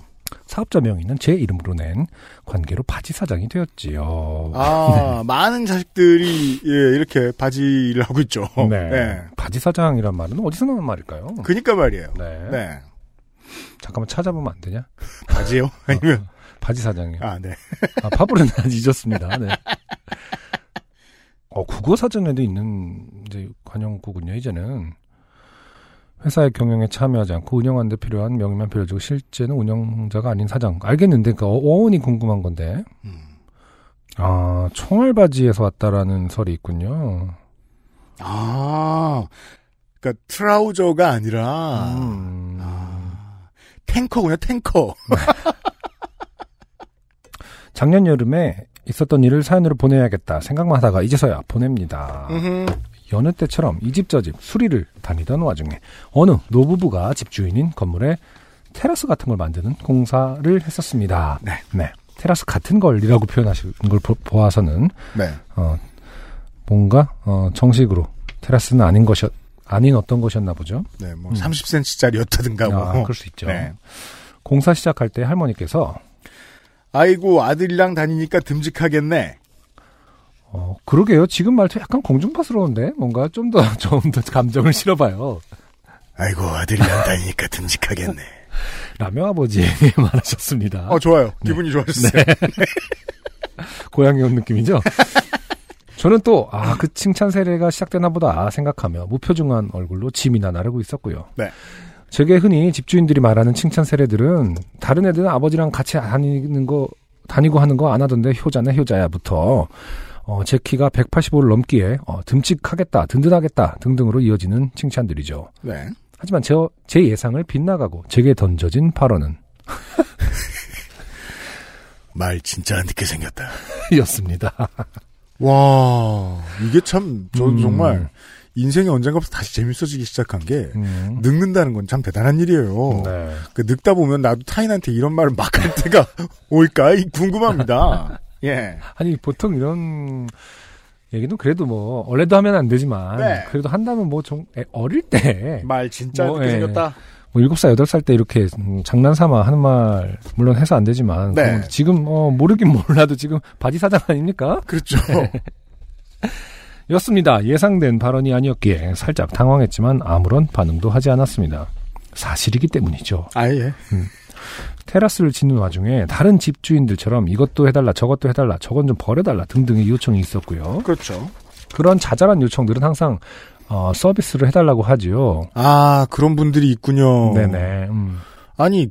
Speaker 2: 사업자 명의는 제 이름으로 낸 관계로 바지 사장이 되었지요. <laughs>
Speaker 1: 아, 많은 자식들이, 예, 이렇게 바지를 하고 있죠.
Speaker 2: 네. 바지 사장이란 말은 어디서 나온 말일까요?
Speaker 1: 어, 그니까 말이에요.
Speaker 2: 네.
Speaker 1: 네.
Speaker 2: 잠깐만 찾아보면 안 되냐? 어.
Speaker 1: 바지요? 아니면,
Speaker 2: 바지 사장이요.
Speaker 1: 아, 네.
Speaker 2: 아, 파브르는 아직 잊었습니다. 네. 어, 국어 사전에도 있는 이제 관용구군요, 이제는. 회사의 경영에 참여하지 않고 운영하는 데 필요한 명의만 빌려주고 실제는 운영자가 아닌 사장. 알겠는데 그 어- 어원이 궁금한 건데.
Speaker 1: 음.
Speaker 2: 아 총알 바지에서 왔다라는 설이 있군요.
Speaker 1: 아, 그러니까 트라우저가 아니라
Speaker 2: 음.
Speaker 1: 탱커군요, 탱커.
Speaker 2: 작년 여름에 있었던 일을 사연으로 보내야겠다 생각만 하다가 이제서야 보냅니다. 여느 때처럼 이 집 저 집 수리를 다니던 와중에 어느 노부부가 집주인인 건물에 테라스 같은 걸 만드는 공사를 했었습니다.
Speaker 1: 네.
Speaker 2: 테라스 같은 걸이라고 표현하시는 걸 보, 보아서는
Speaker 1: 네.
Speaker 2: 어, 뭔가 어, 정식으로 테라스는 아닌 것이 아닌 어떤 것이었나 보죠.
Speaker 1: 네, 뭐 30cm짜리였다든가 뭐.
Speaker 2: 아, 음. 그럴 수 있죠.
Speaker 1: 네.
Speaker 2: 공사 시작할 때 할머니께서
Speaker 1: 아이고 아들이랑 다니니까 듬직하겠네.
Speaker 2: 어, 그러게요. 지금 말투 약간 공중파스러운데? 뭔가 좀 더, <laughs> 좀 더 감정을 실어봐요.
Speaker 1: 아이고 아들이랑 다니니까 듬직하겠네.
Speaker 2: 라며 아버지 <laughs> 말하셨습니다.
Speaker 1: 어 좋아요. 기분이 좋아졌어요.
Speaker 2: 네. 고양이 온 느낌이죠? <laughs> 저는 또, 아, 그 칭찬 세례가 시작되나 보다 생각하며 무표정한 얼굴로 짐이나 나르고 있었고요.
Speaker 1: 네.
Speaker 2: 제게 흔히 집주인들이 말하는 칭찬 세례들은 다른 애들은 아버지랑 같이 다니는 거, 다니고 하는 거 안 하던데 효자네 효자야부터 어, 제 키가 185를 넘기에 어, 듬직하겠다, 든든하겠다 등등으로 이어지는 칭찬들이죠.
Speaker 1: 네.
Speaker 2: 하지만 제, 제 예상을 빗나가고 제게 던져진 <laughs> 발언은
Speaker 1: 말 진짜 안 듣게 생겼다.
Speaker 2: 이었습니다.
Speaker 1: 와 이게 참 저는
Speaker 2: 음.
Speaker 1: 정말 인생이 언젠가부터 다시 재밌어지기 시작한 게 늙는다는 건 참 대단한 일이에요.
Speaker 2: 음. 네.
Speaker 1: 그 늙다 보면 나도 타인한테 이런 말을 막 할 때가 <laughs> 올까 이
Speaker 2: <laughs>
Speaker 1: 궁금합니다. 예.
Speaker 2: 아니 보통 이런 얘기는 그래도 뭐 원래도 하면 안 되지만
Speaker 1: 네.
Speaker 2: 그래도 한다면 뭐 좀 어릴 때
Speaker 1: 말 진짜 안
Speaker 2: 뭐,
Speaker 1: 듣게
Speaker 2: 예.
Speaker 1: 생겼다.
Speaker 2: 뭐 일곱 살 여덟 살 때 이렇게 음, 장난삼아 하는 말 물론 해서 안 되지만
Speaker 1: 네.
Speaker 2: 그건 지금 어, 모르긴 <laughs> 몰라도 지금 바지 사장 아닙니까?
Speaker 1: 그렇죠.
Speaker 2: 였습니다. 예상된 발언이 아니었기에 살짝 당황했지만 아무런 반응도 하지 않았습니다. 사실이기 때문이죠.
Speaker 1: 아예.
Speaker 2: 테라스를 짓는 와중에 다른 집주인들처럼 이것도 해달라 저것도 해달라 저건 좀 버려달라 등등의 요청이 있었고요.
Speaker 1: 그렇죠.
Speaker 2: 그런 자잘한 요청들은 항상 어, 서비스를 해달라고 하지요.
Speaker 1: 아 그런 분들이 있군요.
Speaker 2: 네네. 음.
Speaker 1: 아니,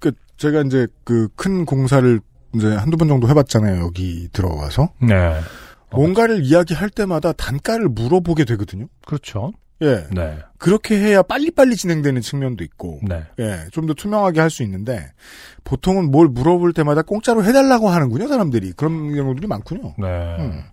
Speaker 1: 그, 제가 이제 그 큰 공사를 이제 한두 번 정도 해봤잖아요, 여기 들어와서. 그렇죠.
Speaker 2: 네.
Speaker 1: 뭔가를 이야기할 때마다 단가를 물어보게 되거든요.
Speaker 2: 그렇죠.
Speaker 1: 예.
Speaker 2: 네.
Speaker 1: 그렇게 해야 빨리빨리 진행되는 측면도 있고,
Speaker 2: 네.
Speaker 1: 예. 좀 더 투명하게 할 수 있는데, 보통은 뭘 물어볼 때마다 공짜로 해달라고 하는군요, 사람들이. 그런 경우들이 많군요.
Speaker 2: 네.
Speaker 1: 음.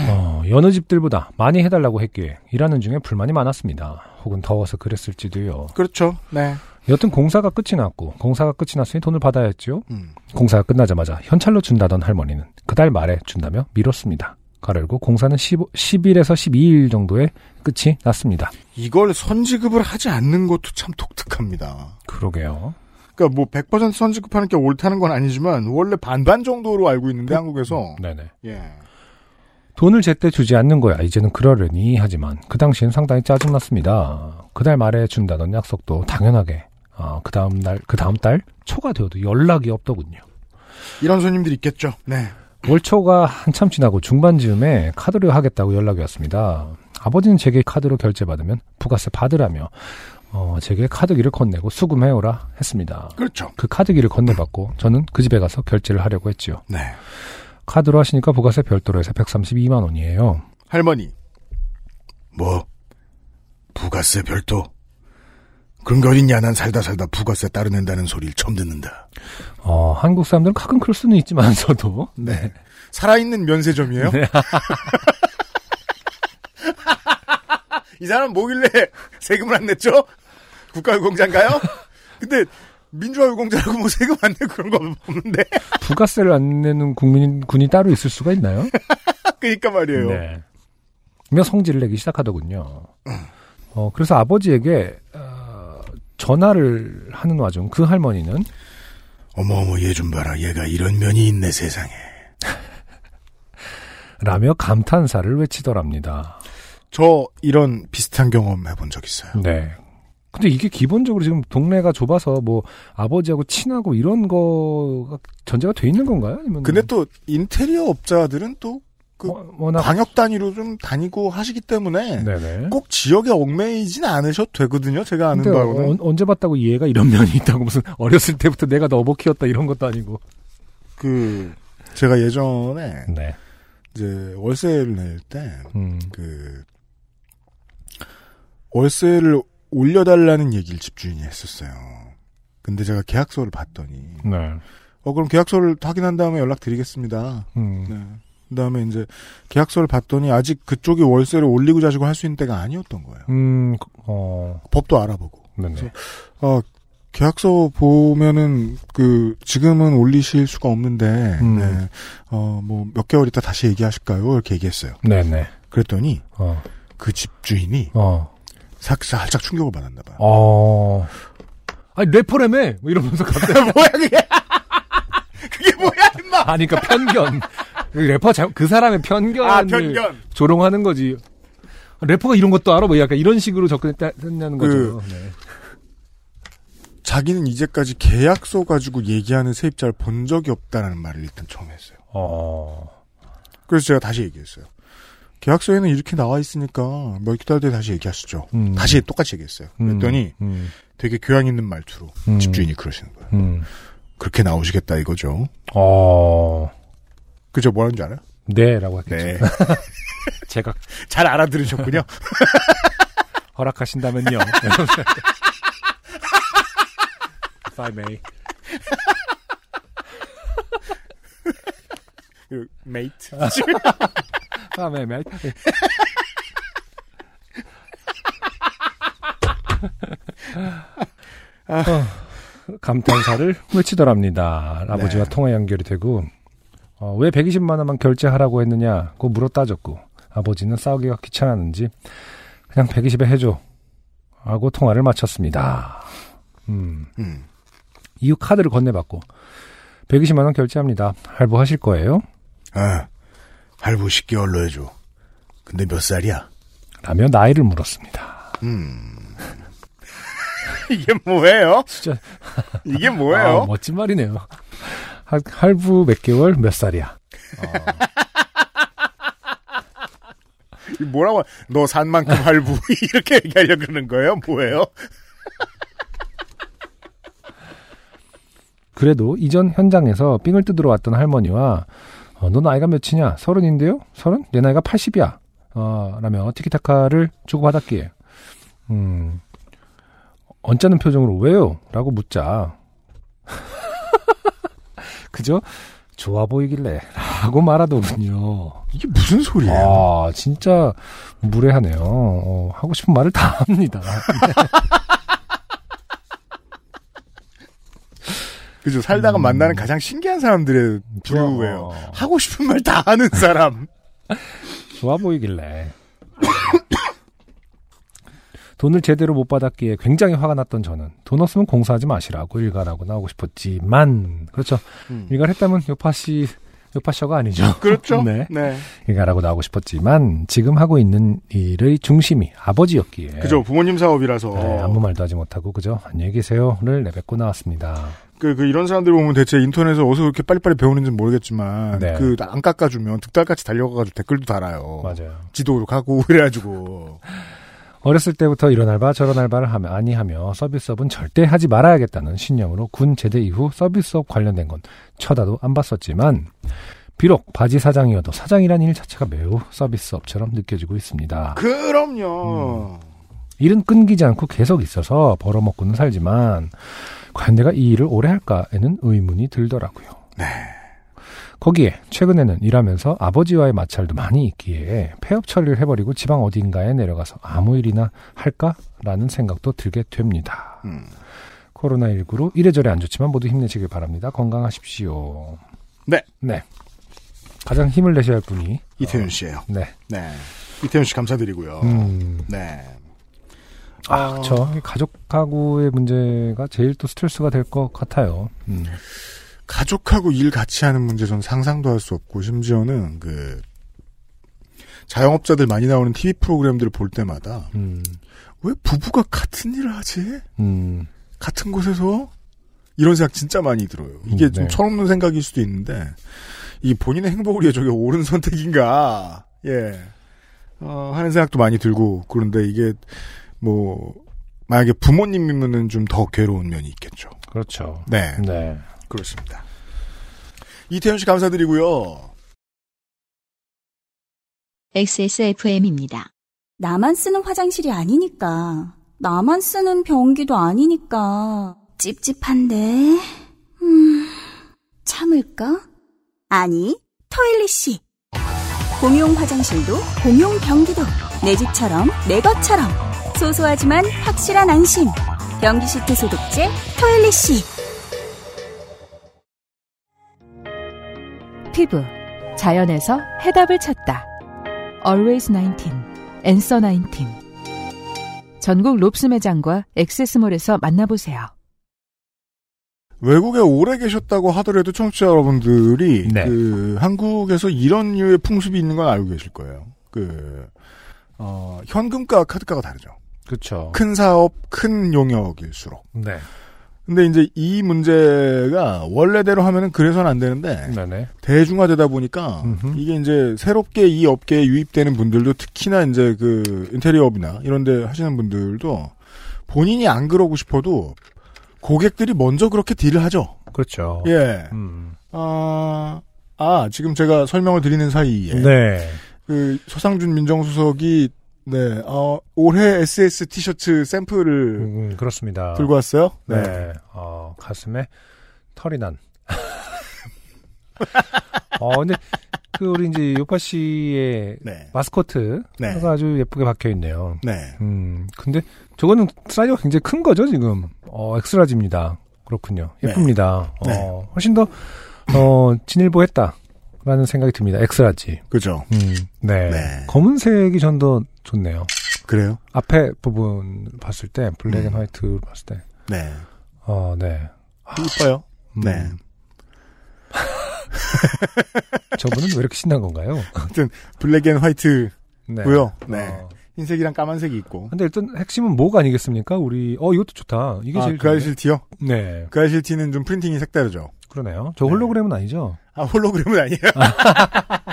Speaker 2: 어, 여느 집들보다 많이 해달라고 했기에 일하는 중에 불만이 많았습니다. 혹은 더워서 그랬을지도요.
Speaker 1: 그렇죠. 네.
Speaker 2: 여튼 공사가 끝이 났고 공사가 끝이 났으니 돈을 받아야 했죠.
Speaker 1: 음.
Speaker 2: 공사가 끝나자마자 현찰로 준다던 할머니는 그달 말에 준다며 미뤘습니다. 가르고 공사는 15, 10일에서 12일 정도에 끝이 났습니다.
Speaker 1: 이걸 선지급을 하지 않는 것도 참 독특합니다.
Speaker 2: 그러게요.
Speaker 1: 그러니까 뭐 100% 선지급하는 게 옳다는 건 아니지만 원래 반반 정도로 알고 있는데 한국에서
Speaker 2: 네네.
Speaker 1: 예.
Speaker 2: 돈을 제때 주지 않는 거야. 이제는 그러려니 하지만 그 당시엔 상당히 짜증났습니다. 그달 말에 준다던 약속도 당연하게 아, 그 다음 날, 그 다음 달 초가 되어도 연락이 없더군요.
Speaker 1: 이런 손님들 있겠죠. 네.
Speaker 2: 월초가 한참 지나고 중반쯤에 카드로 하겠다고 연락이 왔습니다. 아버지는 제게 카드로 결제받으면 부가세 받으라며 어, 제게 카드기를 건네고 수금해오라 했습니다.
Speaker 1: 그렇죠.
Speaker 2: 그 카드기를 건네받고 저는 그 집에 가서 결제를 하려고 했지요.
Speaker 1: 네.
Speaker 2: 카드로 하시니까 부가세 별도로 해서 132만 원이에요.
Speaker 1: 할머니. 뭐? 부가세 별도? 그런 게 어딨냐? 난 살다 살다 부가세 따로 낸다는 소리를 처음 듣는다.
Speaker 2: 어, 한국 사람들은 가끔 클 수는
Speaker 1: <laughs>
Speaker 2: 있지만서도
Speaker 1: 네. 살아있는 면세점이에요?
Speaker 2: 네.
Speaker 1: <laughs> 이 사람 뭐길래 세금을 안 냈죠? 국가유공자인가요? 근데 민주화유공자라고 뭐 세금 안 내고 그런 거 없는데? <laughs>
Speaker 2: 부가세를 안 내는 국민군이 따로 있을 수가 있나요?
Speaker 1: 그니까 그러니까 말이에요.
Speaker 2: 네. 며 성질을 내기 시작하더군요. 어, 그래서 아버지에게 어, 전화를 하는 와중 그 할머니는
Speaker 1: 어머어머 얘 좀 봐라. 얘가 이런 면이 있네 세상에.
Speaker 2: 라며 감탄사를 외치더랍니다.
Speaker 1: 저 이런 비슷한 경험 해본 적 있어요.
Speaker 2: 네. 근데 이게 기본적으로 지금 동네가 좁아서 뭐 아버지하고 친하고 이런 거가 전제가 돼 있는 건가요? 아니면
Speaker 1: 근데 또 인테리어 업자들은 또 그
Speaker 2: 워- 워낙
Speaker 1: 광역 단위로 좀 다니고 하시기 때문에
Speaker 2: 네네.
Speaker 1: 꼭 지역에 얽매이진 않으셔도 되거든요. 제가 아는
Speaker 2: 근데
Speaker 1: 바로는.
Speaker 2: 언- 언제 봤다고 이해가 이런 <laughs> 면이 있다고 무슨 어렸을 때부터 내가 너 어버 키웠다 이런 것도 아니고.
Speaker 1: 그 제가 예전에
Speaker 2: 네.
Speaker 1: 이제 월세를 낼 때
Speaker 2: 음.
Speaker 1: 그 월세를 올려달라는 얘기를 집주인이 했었어요. 근데 제가 계약서를 봤더니
Speaker 2: 네.
Speaker 1: 어 그럼 계약서를 확인한 다음에 연락드리겠습니다.
Speaker 2: 음.
Speaker 1: 네. 그다음에 이제 계약서를 봤더니 아직 그쪽이 월세를 올리고 자시고 할 수 있는 때가 아니었던 거예요.
Speaker 2: 음. 그- 어.
Speaker 1: 법도 알아보고.
Speaker 2: 네네.
Speaker 1: 아 계약서 보면은 그 지금은 올리실 수가 없는데
Speaker 2: 음.
Speaker 1: 네. 어뭐 몇 개월 있다 다시 얘기하실까요? 이렇게 얘기했어요.
Speaker 2: 네네.
Speaker 1: 그랬더니
Speaker 2: 어.
Speaker 1: 그 집주인이
Speaker 2: 어.
Speaker 1: 삭 살짝 충격을 받았나 봐요.
Speaker 2: 어. 아니 래퍼라며 뭐 이러면서
Speaker 1: <laughs>
Speaker 2: 갑자기 뭐야 그게.
Speaker 1: 그게 뭐야 임마.
Speaker 2: 아니 그러니까 편견. 래퍼 자, 그 사람의 편견을
Speaker 1: 아, 편견.
Speaker 2: 조롱하는 거지. 래퍼가 이런 것도 알아? 뭐 약간 이런 식으로 접근했다는
Speaker 1: 그
Speaker 2: 거죠. 네.
Speaker 1: 자기는 이제까지 계약서 가지고 얘기하는 세입자를 본 적이 없다라는 말을 일단 처음 했어요.
Speaker 2: 어.
Speaker 1: 그래서 제가 다시 얘기했어요. 계약서에는 이렇게 나와 있으니까 몇 달 뒤에 다시 얘기하시죠.
Speaker 2: 음.
Speaker 1: 다시 똑같이 얘기했어요.
Speaker 2: 음,
Speaker 1: 그랬더니
Speaker 2: 음.
Speaker 1: 되게 교양 있는 말투로
Speaker 2: 음.
Speaker 1: 집주인이 그러시는 거예요.
Speaker 2: 음.
Speaker 1: 그렇게 나오시겠다 이거죠.
Speaker 2: 어.
Speaker 1: 그저 뭐라는 줄 알아요?
Speaker 2: 네라고 했겠죠.
Speaker 1: <laughs> 네.
Speaker 2: 제가 <laughs>
Speaker 1: 잘 알아들으셨군요.
Speaker 2: 허락하신다면요. If I may.
Speaker 1: 그 메이트.
Speaker 2: If I may, may. 어, 감탄사를 외치더랍니다. 아버지와 통화 연결이 되고 어, 왜 120만 원만 결제하라고 했느냐고 물어 따졌고 아버지는 싸우기가 귀찮았는지 그냥 120에 해줘 하고 통화를 마쳤습니다. 음.
Speaker 1: 음.
Speaker 2: 이후 카드를 건네받고 120만 원 결제합니다. 할부하실 거예요?
Speaker 1: 아, 할부 10개월로 해줘. 근데 몇 살이야?
Speaker 2: 라며 나이를 물었습니다.
Speaker 1: <laughs> 이게 뭐예요?
Speaker 2: 진짜
Speaker 1: 이게
Speaker 2: 아, 멋진 말이네요. 할, 할부 몇 개월 몇 살이야?
Speaker 1: 이 뭐라고 너 산 만큼 할부 <laughs> 이렇게 얘기하려 그러는 거예요? 뭐예요?
Speaker 2: 그래도 이전 현장에서 삥을 뜯으러 왔던 할머니와 어, 너 나이가 몇이냐? 서른인데요? 서른? 내 나이가 80이야. 어, 라며 티키타카를 주고받았기에 음, 언짢은 표정으로 왜요? 라고 묻자 <laughs> 그저 좋아 보이길래 라고 말하더군요.
Speaker 1: 이게 무슨 소리예요?
Speaker 2: 아, 진짜 무례하네요. 어, 하고 싶은 말을 다 합니다.
Speaker 1: 그죠? 살다가 만나는 가장 신기한 사람들의 부류예요.
Speaker 2: 부러워.
Speaker 1: 하고 싶은 말 다 하는 사람.
Speaker 2: 좋아 보이길래. <coughs> 돈을 제대로 못 받았기에 굉장히 화가 났던 저는 돈 없으면 공사하지 마시라고 일가라고 나오고 싶었지만 그렇죠
Speaker 1: 음.
Speaker 2: 일가를 했다면 요파시 요파셔가 아니죠
Speaker 1: <laughs> 그렇죠?
Speaker 2: 네. 일가라고 나오고 싶었지만 지금 하고 있는 일의 중심이 아버지였기에
Speaker 1: 그죠? 부모님 사업이라서.
Speaker 2: 네, 아무 말도 하지 못하고 그죠 안녕히 계세요를 내뱉고 나왔습니다
Speaker 1: 그, 그, 이런 사람들 보면 대체 인터넷에서 어디서 그렇게 빨리빨리 배우는지는 모르겠지만,
Speaker 2: 네.
Speaker 1: 그, 안 깎아주면 득달같이 달려가가지고 댓글도 달아요.
Speaker 2: 맞아요
Speaker 1: 지도로 가고, <laughs> 그래가지고.
Speaker 2: 어렸을 때부터 이런 알바 저런 알바를 하며 아니하며 서비스업은 절대 하지 말아야겠다는 신념으로 군 제대 이후 서비스업 관련된 건 쳐다도 안 봤었지만 비록 바지 사장이어도 사장이란 일 자체가 매우 서비스업처럼 느껴지고 있습니다.
Speaker 1: 그럼요.
Speaker 2: 일은 끊기지 않고 계속 있어서 벌어먹고는 살지만 과연 내가 이 일을 오래 할까에는 의문이 들더라고요. 거기에 최근에는 일하면서 아버지와의 마찰도 많이 있기에 폐업 처리를 해버리고 지방 어딘가에 내려가서 아무 일이나 할까라는 생각도 들게 됩니다.
Speaker 1: 음.
Speaker 2: 코로나19로 이래저래 안 좋지만 모두 힘내시길 바랍니다. 건강하십시오.
Speaker 1: 네.
Speaker 2: 네. 가장 힘을 내셔야 할 분이
Speaker 1: 이태윤 씨예요
Speaker 2: 네.
Speaker 1: 네. 이태윤 씨 감사드리고요.
Speaker 2: 음.
Speaker 1: 네.
Speaker 2: 아, 그쵸. 가족하고의 문제가 제일 또 스트레스가 될 것 같아요. 음.
Speaker 1: 가족하고 일 같이 하는 문제 전 상상도 할 수 없고 심지어는 그 자영업자들 많이 나오는 TV 프로그램들을 볼 때마다
Speaker 2: 음.
Speaker 1: 왜 부부가 같은 일을 하지?
Speaker 2: 음.
Speaker 1: 같은 곳에서 이런 생각 진짜 많이 들어요. 이게
Speaker 2: 음,
Speaker 1: 좀
Speaker 2: 네.
Speaker 1: 철없는 생각일 수도 있는데 이 본인의 행복을 위해 저게 옳은 선택인가, 예, 어, 하는 생각도 많이 들고, 그런데 이게, 뭐, 만약에 부모님이면은 좀 더 괴로운 면이 있겠죠.
Speaker 2: 그렇죠.
Speaker 1: 네.
Speaker 2: 네.
Speaker 1: 그렇습니다. 이태현 씨 감사드리고요.
Speaker 3: XSFM입니다.
Speaker 6: 나만 쓰는 화장실이 아니니까. 나만 쓰는 변기도 아니니까. 찝찝한데. 음, 참을까? 아니, 토일리씨. 공용 화장실도 공용 변기도 내 집처럼 내 것처럼 소소하지만 확실한 안심. 변기 시트 소독제 토일리씨.
Speaker 5: 피부 자연에서 해답을 찾다. Always 19, Answer 19. 전국 롭스 매장과 액세스몰에서 만나보세요.
Speaker 1: 외국에 오래 계셨다고 하더라도 청취자 여러분들이
Speaker 2: 네.
Speaker 1: 그 한국에서 이런 류의 풍습이 있는 건 알고 계실 거예요. 그 어, 현금과 카드가가 다르죠.
Speaker 2: 그렇죠.
Speaker 1: 큰 사업, 큰 용역일수록.
Speaker 2: 네.
Speaker 1: 근데 이제 이 문제가 원래대로 하면은 그래서는 안 되는데
Speaker 2: 네네.
Speaker 1: 대중화되다 보니까
Speaker 2: 음흠.
Speaker 1: 이게 이제 새롭게 이 업계에 유입되는 분들도 특히나 이제 그 인테리어업이나 이런데 하시는 분들도 본인이 안 그러고 싶어도 고객들이 먼저 그렇게 딜을 하죠.
Speaker 2: 그렇죠.
Speaker 1: 예.
Speaker 2: 음.
Speaker 1: 아, 아, 지금 제가 설명을 드리는 사이에
Speaker 2: 네.
Speaker 1: 그 서상준 민정수석이 네, 어, 올해 SS 티셔츠 샘플을
Speaker 2: 음, 그렇습니다.
Speaker 1: 들고 왔어요.
Speaker 2: 네. 어, 가슴에 털이 난. <laughs> 어, 근데 그 우리 이제 요파 씨의
Speaker 1: 네.
Speaker 2: 마스코트가
Speaker 1: 네.
Speaker 2: 아주 예쁘게 박혀 있네요.
Speaker 1: 네.
Speaker 2: 음, 근데 저거는 사이즈가 굉장히 큰 거죠, 지금. 어, 엑스라지입니다. 그렇군요.
Speaker 1: 네.
Speaker 2: 예쁩니다. 어,
Speaker 1: 네.
Speaker 2: 훨씬 더, 어, 진일보 했다. 라는 생각이 듭니다. 엑스라지.
Speaker 1: 그죠.
Speaker 2: 음, 네.
Speaker 1: 네.
Speaker 2: 검은색이 전 더 좋네요.
Speaker 1: 그래요?
Speaker 2: 앞에 부분 봤을 때, 블랙 앤
Speaker 1: 음.
Speaker 2: 화이트 봤을 때.
Speaker 1: 네.
Speaker 2: 어, 네.
Speaker 1: 이뻐요.
Speaker 2: 음,
Speaker 1: 네.
Speaker 2: 저분은 왜 이렇게 신난 건가요?
Speaker 1: 블랙 앤 화이트고요.
Speaker 2: 네.
Speaker 1: 네.
Speaker 2: 어,
Speaker 1: 흰색이랑 까만색이 있고.
Speaker 2: 근데 일단 핵심은 뭐가 아니겠습니까? 우리, 어, 이것도 좋다. 이게
Speaker 1: 아,
Speaker 2: 제일
Speaker 1: 그
Speaker 2: 좋네.
Speaker 1: 아이실 티요?
Speaker 2: 네.
Speaker 1: 그 아이실 티는 좀 프린팅이 색다르죠.
Speaker 2: 그러네요. 저
Speaker 1: 네.
Speaker 2: 홀로그램은 아니죠?
Speaker 1: 아, 홀로그램은 아니에요.
Speaker 2: <laughs>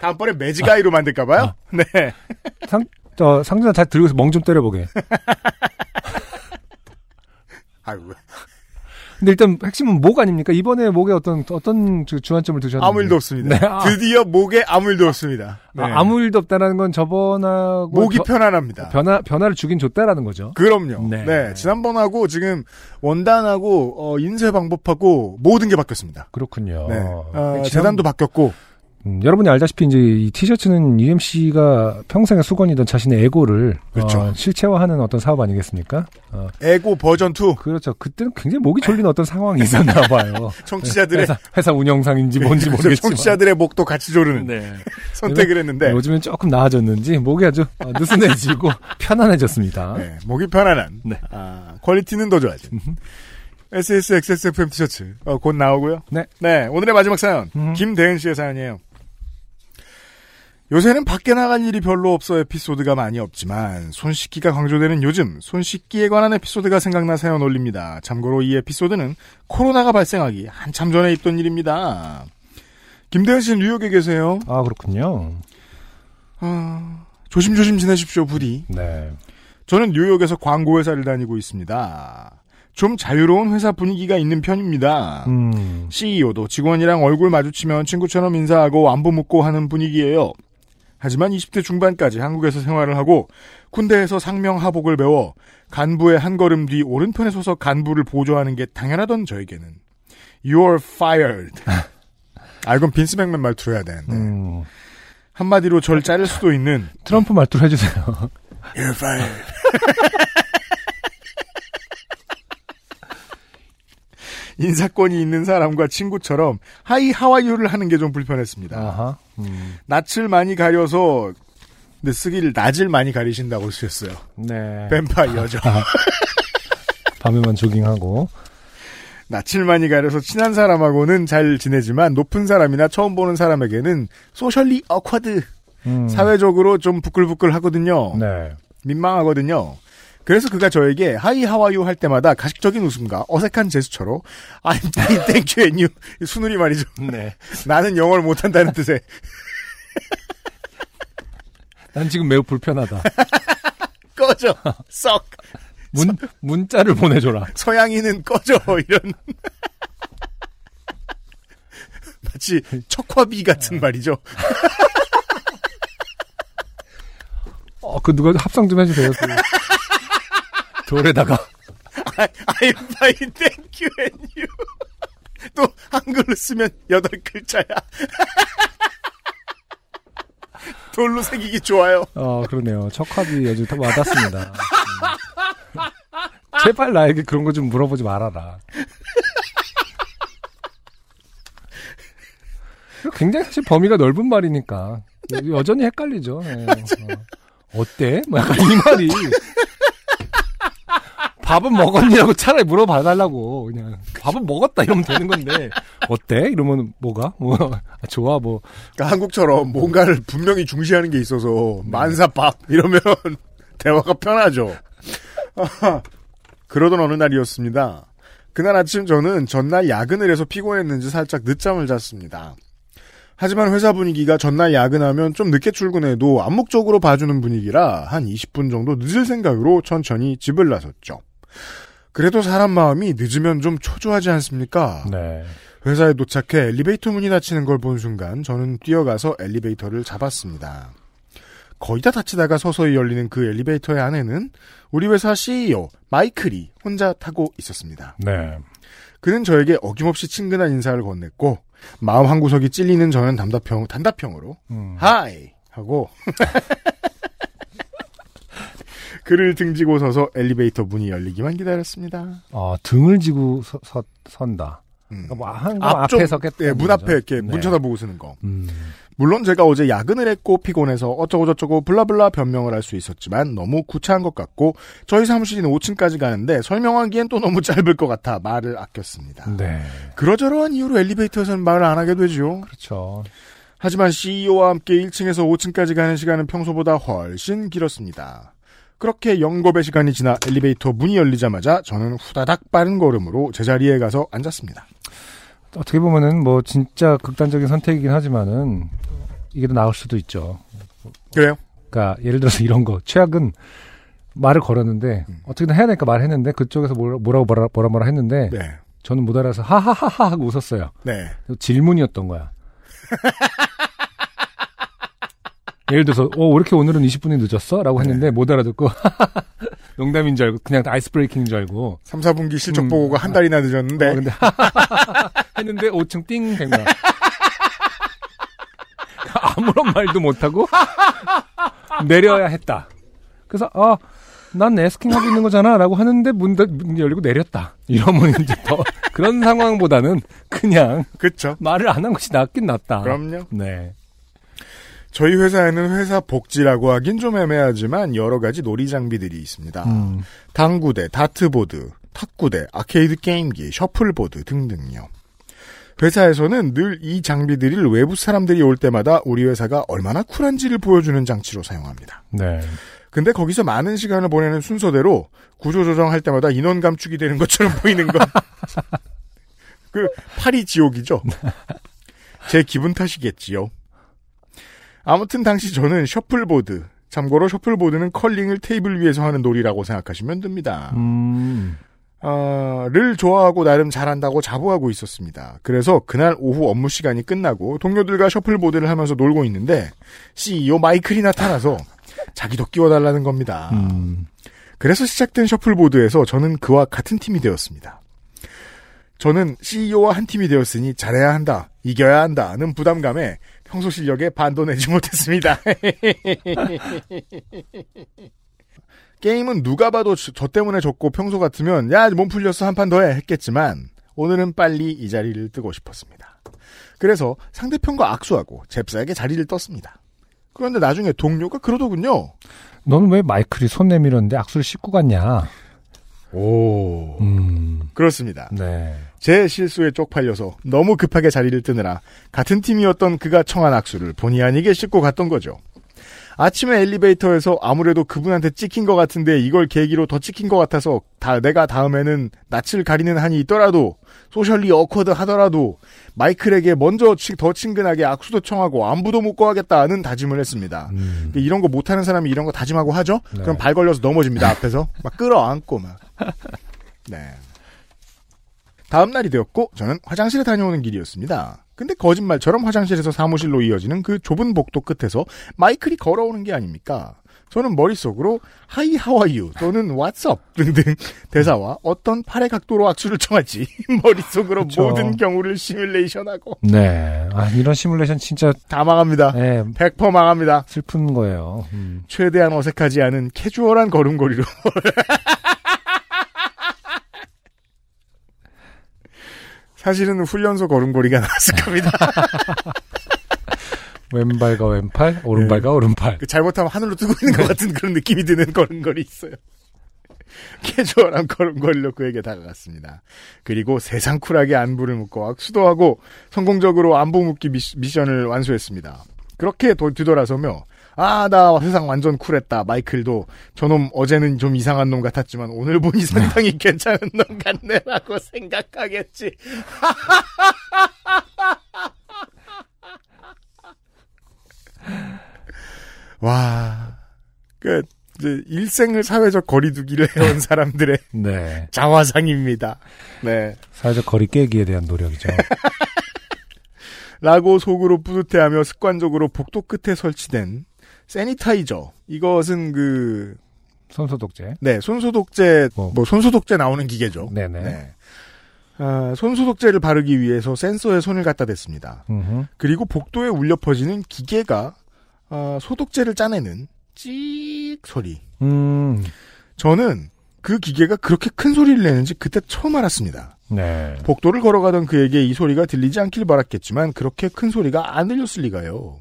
Speaker 1: 다음번에 매직아이로 만들까봐요? 네.
Speaker 2: 상, 저, 상자 잘 들고 서 멍 좀 때려보게.
Speaker 1: 아이고.
Speaker 2: 근데 일단 핵심은 목 아닙니까? 이번에 목에 어떤, 어떤 주- 주안점을 두셨는지.
Speaker 1: 아무 일도 없습니다.
Speaker 2: 네, 아.
Speaker 1: 드디어 목에 아무 일도 없습니다. 네.
Speaker 2: 아, 무 일도 없다라는 건 저번하고.
Speaker 1: 목이
Speaker 2: 겨-
Speaker 1: 편안합니다.
Speaker 2: 변화, 변화를 주긴 줬다라는 거죠.
Speaker 1: 그럼요.
Speaker 2: 네.
Speaker 1: 네. 지난번하고 지금 원단하고 어, 인쇄 방법하고 모든 게 바뀌었습니다.
Speaker 2: 그렇군요.
Speaker 1: 네. 어,
Speaker 2: 지난-
Speaker 1: 재단도 바뀌었고.
Speaker 2: 음, 여러분이 알다시피 이제 이 티셔츠는 UMC가 평생의 수건이던 자신의 에고를
Speaker 1: 그렇죠.
Speaker 2: 어, 실체화하는 어떤 사업 아니겠습니까? 어,
Speaker 1: 에고 버전 2
Speaker 2: 그렇죠. 그때는 굉장히 목이 졸리는 어떤 상황이 있었나 봐요.
Speaker 1: <laughs> 청취자들의 네,
Speaker 2: 회사, 회사 운영상인지 뭔지
Speaker 1: <laughs> 그래서
Speaker 2: 모르겠지만
Speaker 1: 청취자들의 네. 목도 같이 조르는
Speaker 8: 네.
Speaker 1: 선택을 했는데
Speaker 2: 요즘엔 조금 나아졌는지 목이 아주 <laughs> 어, 느슨해지고 편안해졌습니다.
Speaker 1: 네, 목이 편안한
Speaker 2: 어? 네.
Speaker 1: 아, 퀄리티는 더 좋아진 SSXSFM 티셔츠 어, 곧 나오고요.
Speaker 2: 네.
Speaker 1: 오늘의 마지막 사연
Speaker 2: 음.
Speaker 1: 김대은 씨의 사연이에요. 요새는 밖에 나갈 일이 별로 없어 에피소드가 많이 없지만 손 씻기가 강조되는 요즘 손 씻기에 관한 에피소드가 생각나 사연 올립니다. 참고로 이 에피소드는 코로나가 발생하기 한참 전에 있던 일입니다. 김대현 씨는 뉴욕에 계세요.
Speaker 2: 아 그렇군요.
Speaker 1: 아, 조심조심 지내십시오, 부디.
Speaker 2: 네.
Speaker 1: 저는 뉴욕에서 광고회사를 다니고 있습니다. 좀 자유로운 회사 분위기가 있는 편입니다.
Speaker 2: 음.
Speaker 1: CEO도 직원이랑 얼굴 마주치면 친구처럼 인사하고 안부 묻고 하는 분위기예요. 하지만 20대 중반까지 한국에서 생활을 하고 군대에서 상명하복을 배워 간부의 한 걸음 뒤 오른편에 서서 간부를 보조하는 게 당연하던 저에게는 You're fired. 아 이건 빈스 맥맨 말투로 해야 되는데
Speaker 2: 음.
Speaker 1: 한마디로 절 자를 수도 있는
Speaker 2: 트럼프 말투로 해주세요.
Speaker 1: You're fired. <laughs> 인사권이 있는 사람과 친구처럼 하이 하와유를 하는 게 좀 불편했습니다.
Speaker 2: 아하. 음.
Speaker 1: 낯을 많이 가려서 근데 쓰기를 낮을 많이 가리신다고 쓰셨어요.
Speaker 2: 네.
Speaker 1: 뱀파이어죠.
Speaker 2: 밤에만 조깅하고.
Speaker 1: <laughs> 낯을 많이 가려서 친한 사람하고는 잘 지내지만 높은 사람이나 처음 보는 사람에게는 소셜리 어쿼드
Speaker 2: 음.
Speaker 1: 사회적으로 좀 부끌부끌하거든요.
Speaker 2: 네.
Speaker 1: 민망하거든요. 그래서 그가 저에게 하이 하와유 할 때마다 가식적인 웃음과 어색한 제스처로 I'm fine, thank you and you 이 순우리 말이죠.
Speaker 2: 네.
Speaker 1: 나는 영어를 못한다는 뜻의
Speaker 2: 난 지금 매우 불편하다.
Speaker 1: 꺼져 썩
Speaker 2: <laughs> 문, 문자를 보내줘라.
Speaker 1: 서양인은 꺼져 이런 <laughs> 마치 척화비 같은 말이죠.
Speaker 2: 어, 그 누가 합성 좀 해주세요. 그 돌에다가.
Speaker 1: I'm fine, thank you and you 또 한글로 쓰면 여덟 글자야. <laughs> 돌로 새기기 좋아요.
Speaker 2: 어, 그러네요. 척화비 아주 다 와닿습니다. 음. 제발 나에게 그런 거 좀 물어보지 말아라. 굉장히 사실 범위가 넓은 말이니까 여- 여전히 헷갈리죠. 예. 어, 때뭐 약간 이 말이 밥은 먹었냐고 차라리 물어봐 달라고 그냥 밥은 먹었다 이러면 되는 건데 어때 이러면 뭐가 뭐 아, 좋아 뭐
Speaker 1: 그러니까 한국처럼 뭔가를 분명히 중시하는 게 있어서 만사밥 이러면 <laughs> 대화가 편하죠. 아하. 그러던 어느 날이었습니다. 그날 아침 저는 전날 야근을 해서 피곤했는지 살짝 늦잠을 잤습니다. 하지만 회사 분위기가 전날 야근하면 좀 늦게 출근해도 암묵적으로 봐주는 분위기라 한 20분 정도 늦을 생각으로 천천히 집을 나섰죠. 그래도 사람 마음이 늦으면 좀 초조하지 않습니까?
Speaker 2: 네.
Speaker 1: 회사에 도착해 엘리베이터 문이 닫히는 걸 본 순간 저는 뛰어가서 엘리베이터를 잡았습니다. 거의 다 닫히다가 서서히 열리는 그 엘리베이터의 안에는 우리 회사 CEO 마이클이 혼자 타고 있었습니다.
Speaker 2: 네.
Speaker 1: 그는 저에게 어김없이 친근한 인사를 건넸고 마음 한 구석이 찔리는 저는 단답형 단답형으로
Speaker 2: 음.
Speaker 1: 하이 하고 <laughs> 그를 등지고 서서 엘리베이터 문이 열리기만 기다렸습니다.
Speaker 2: 어, 등을 지고 서, 서- 선다.
Speaker 1: 음.
Speaker 2: 그러니까 뭐, 한
Speaker 1: 앞쪽,
Speaker 2: 앞에 서겠다. 네.
Speaker 1: 예, 문 앞에 이렇게 문 쳐다보고 쓰는 거.
Speaker 2: 음,
Speaker 1: 물론 제가 어제 야근을 했고 피곤해서 어쩌고저쩌고 블라블라 변명을 할 수 있었지만 너무 구차한 것 같고 저희 사무실인 5층까지 가는데 설명하기엔 또 너무 <laughs> 짧을 것 같아 말을 아꼈습니다.
Speaker 2: 네.
Speaker 1: 그러저러한 이유로 엘리베이터에서는 말을 안 하게 되죠.
Speaker 2: 그렇죠.
Speaker 1: 하지만 CEO와 함께 1층에서 5층까지 가는 시간은 평소보다 훨씬 길었습니다. 그렇게 영겁의 시간이 지나 엘리베이터 문이 열리자마자 저는 후다닥 빠른 걸음으로 제자리에 가서 앉았습니다.
Speaker 2: 어떻게 보면은 뭐 진짜 극단적인 선택이긴 하지만은 이게 더 나을 수도 있죠.
Speaker 1: 그래요?
Speaker 2: 그러니까 예를 들어서 이런 거 최악은 말을 걸었는데
Speaker 1: 음.
Speaker 2: 어떻게든 해야 되니까 말했는데 그쪽에서 뭐라- 뭐라고 뭐라 뭐라 뭐라 했는데
Speaker 1: 네.
Speaker 2: 저는 못 알아서 하하하하 하고 웃었어요.
Speaker 1: 네.
Speaker 2: 질문이었던
Speaker 1: <laughs>
Speaker 2: 거야. 예를 들어서 어, 왜 이렇게 오늘은 20분이 늦었어? 라고 했는데
Speaker 1: 네.
Speaker 2: 못 알아듣고 <laughs> 농담인 줄 알고 그냥 아이스 브레이킹인 줄 알고
Speaker 1: 3, 4분기 실적
Speaker 2: 음.
Speaker 1: 보고가 한 달이나
Speaker 2: 어,
Speaker 1: 늦었는데
Speaker 2: 근데 했는데 5층 띵 된 거야. <laughs> 아무런 말도 못하고 내려야 했다. 그래서 아, 난 에스킹 하고 있는 거잖아 라고 하는데 문, 닫- 문 열리고 내렸다. 이러면 이제 더 그런 상황보다는 그냥
Speaker 1: 그쵸?
Speaker 2: 말을 안 한 것이 낫긴 낫다.
Speaker 1: 그럼요.
Speaker 2: 네.
Speaker 1: 저희 회사에는 회사 복지라고 하긴 좀 애매하지만 여러 가지 놀이 장비들이 있습니다.
Speaker 2: 음.
Speaker 1: 당구대, 다트보드, 탁구대, 아케이드 게임기, 셔플보드 등등요. 회사에서는 늘 이 장비들을 외부 사람들이 올 때마다 우리 회사가 얼마나 쿨한지를 보여주는 장치로 사용합니다.
Speaker 2: 네.
Speaker 1: 근데 거기서 많은 시간을 보내는 순서대로 구조 조정할 때마다 인원 감축이 되는 것처럼 <laughs> 보이는 것. 그 팔이 지옥이죠. 제 기분 탓이겠지요. 아무튼 당시 저는 셔플보드. 참고로 셔플보드는 컬링을 테이블 위에서 하는 놀이라고 생각하시면 됩니다.
Speaker 2: 음.
Speaker 1: 아, 를 좋아하고 나름 잘한다고 자부하고 있었습니다. 그래서 그날 오후 업무 시간이 끝나고 동료들과 셔플보드를 하면서 놀고 있는데 CEO 마이클이 나타나서 자기도 끼워달라는 겁니다.
Speaker 2: 음.
Speaker 1: 그래서 시작된 셔플보드에서 저는 그와 같은 팀이 되었습니다. 저는 CEO와 한 팀이 되었으니 잘해야 한다, 이겨야 한다는 부담감에 평소 실력에 반도 내지 못했습니다. 게임은 누가 봐도 저, 저 때문에 졌고 평소 같으면 야 몸 풀렸어 한 판 더 해 했겠지만 오늘은 빨리 이 자리를 뜨고 싶었습니다. 그래서 상대편과 악수하고 잽싸게 자리를 떴습니다. 그런데 나중에 동료가 그러더군요.
Speaker 2: 너는 왜 마이클이 손 내밀었는데 악수를 씻고 갔냐?
Speaker 1: 오
Speaker 2: 음.
Speaker 1: 그렇습니다.
Speaker 2: 네.
Speaker 1: 제 실수에 쪽팔려서 너무 급하게 자리를 뜨느라 같은 팀이었던 그가 청한 악수를 본의 아니게 씻고 갔던 거죠. 아침에 엘리베이터에서 아무래도 그분한테 찍힌 것 같은데 이걸 계기로 더 찍힌 것 같아서 다 내가 다음에는 낯을 가리는 한이 있더라도 소셜리 어쿼드 하더라도 마이클에게 먼저 치- 더 친근하게 악수도 청하고 안부도 묻고 하겠다는 다짐을 했습니다.
Speaker 2: 음.
Speaker 1: 근데 이런 거 못하는 사람이 이런 거 다짐하고 하죠?
Speaker 2: 네.
Speaker 1: 그럼 발 걸려서 넘어집니다, 앞에서. 막 끌어안고 막. 네. 다음 날이 되었고, 저는 화장실에 다녀오는 길이었습니다. 근데 거짓말처럼 화장실에서 사무실로 이어지는 그 좁은 복도 끝에서 마이클이 걸어오는 게 아닙니까? 저는 머릿속으로 하이 하와이유 또는 왓썹 등등 대사와 어떤 팔의 각도로 악수를 청할지 <laughs> 머릿속으로
Speaker 2: 그쵸.
Speaker 1: 모든 경우를 시뮬레이션하고
Speaker 2: 네. 아, 이런 시뮬레이션 진짜,
Speaker 1: 다 망합니다.
Speaker 2: 예,
Speaker 1: 100% 망합니다.
Speaker 2: 슬픈 거예요. 음.
Speaker 1: 최대한 어색하지 않은 캐주얼한 걸음걸이로. 사실은 훈련소 걸음걸이가 나왔을 겁니다.
Speaker 2: 왼발과 왼팔, 오른발과 오른팔.
Speaker 1: 그 잘못하면 하늘로 뜨고 있는 것 같은 그런 느낌이 드는 걸음걸이 있어요. <laughs> 캐주얼한 걸음걸이로 그에게 다가갔습니다. 그리고 세상 쿨하게 안부를 묻고 악수도 하고 성공적으로 안부 묻기 미시- 미션을 완수했습니다. 그렇게 도- 뒤돌아서며 아 나 세상 완전 쿨했다 마이클도 저놈 어제는 좀 이상한 놈 같았지만 오늘 보니 상당히 괜찮은 놈 같네라고 <laughs> 생각하겠지 와, 그 이제 일생을 사회적 거리두기를 해온 사람들의
Speaker 2: 네.
Speaker 1: 자화상입니다. 네,
Speaker 2: 사회적 거리 깨기에 대한 <laughs> 노력이죠.
Speaker 1: 라고 속으로 뿌듯해하며 습관적으로 복도 끝에 설치된 세니타이저 이것은 그
Speaker 2: 손소독제.
Speaker 1: 네, 손소독제
Speaker 2: 뭐.
Speaker 1: 뭐 손소독제 나오는 기계죠.
Speaker 2: 네네.
Speaker 1: 네. 아, 손소독제를 바르기 위해서 센서에 손을 갖다 댔습니다.
Speaker 2: 음흠.
Speaker 1: 그리고 복도에 울려 퍼지는 기계가 아, 소독제를 짜내는 찍 소리.
Speaker 2: 음,
Speaker 1: 저는 그 기계가 그렇게 큰 소리를 내는지 그때 처음 알았습니다.
Speaker 2: 네.
Speaker 1: 복도를 걸어가던 그에게 이 소리가 들리지 않길 바랐겠지만 그렇게 큰 소리가 안 들렸을 리가요.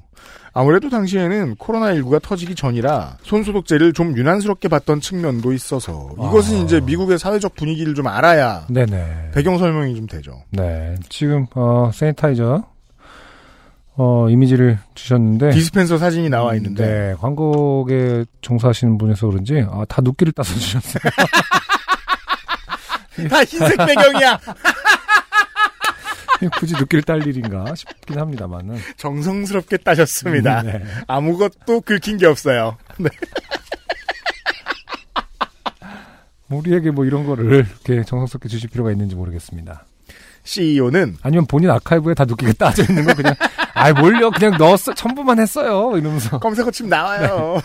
Speaker 1: 아무래도 당시에는 코로나19가 터지기 전이라 손소독제를 좀 유난스럽게 봤던 측면도 있어서 이것은
Speaker 2: 아.
Speaker 1: 이제 미국의 사회적 분위기를 좀 알아야
Speaker 2: 네네.
Speaker 1: 배경 설명이 좀 되죠.
Speaker 2: 네. 지금, 어, 세니타이저, 어, 이미지를 주셨는데.
Speaker 1: 디스펜서 사진이 나와 있는데
Speaker 2: 네, 광고에 종사하시는 분에서 그런지, 아, 다 눕기를 따서 주셨어요. 네.
Speaker 1: 다 아, 흰색 배경이야.
Speaker 2: 예, 굳이 눕기를 딸 일인가 싶긴 합니다만은.
Speaker 1: 정성스럽게 따셨습니다.
Speaker 2: 네.
Speaker 1: 아무것도 긁힌 게 없어요. 네.
Speaker 2: 우리에게 뭐 이런 거를 이렇게 정성스럽게 주실 필요가 있는지 모르겠습니다.
Speaker 1: CEO는
Speaker 2: 아니면 본인 아카이브에 다 눕기가 따져 있는 거 그냥, 아이, 뭘요? 그냥 넣었어. 첨부만 했어요. 이러면서. 네.
Speaker 1: <laughs> 검색어 치면 나와요.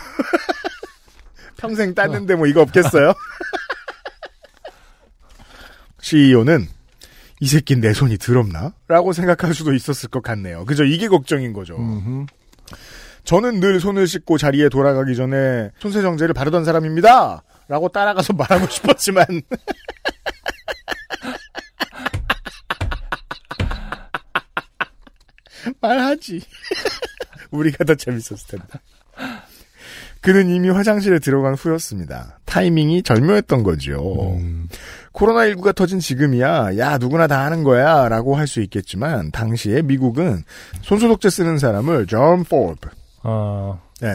Speaker 1: <laughs> 평생 땄는데 뭐 이거 없겠어요? <laughs> CEO는 E 이 새끼 내 손이 더럽나? 라고 생각할 수도 있었을 것 같네요. 그죠? 이게 걱정인 거죠.
Speaker 2: 음흠.
Speaker 1: 저는 늘 손을 씻고 자리에 돌아가기 전에 손세정제를 바르던 사람입니다. 라고 따라가서 <laughs> 말하고 싶었지만 말하지. <laughs> 우리가 더 재밌었을 텐데. 그는 이미 화장실에 들어간 후였습니다. 타이밍이 절묘했던 거죠. 코로나19가 터진 지금이야, 야, 누구나 다 하는 거야, 라고 할 수 있겠지만, 당시에 미국은 손소독제 쓰는 사람을 존 포드.
Speaker 2: 아,
Speaker 1: 예.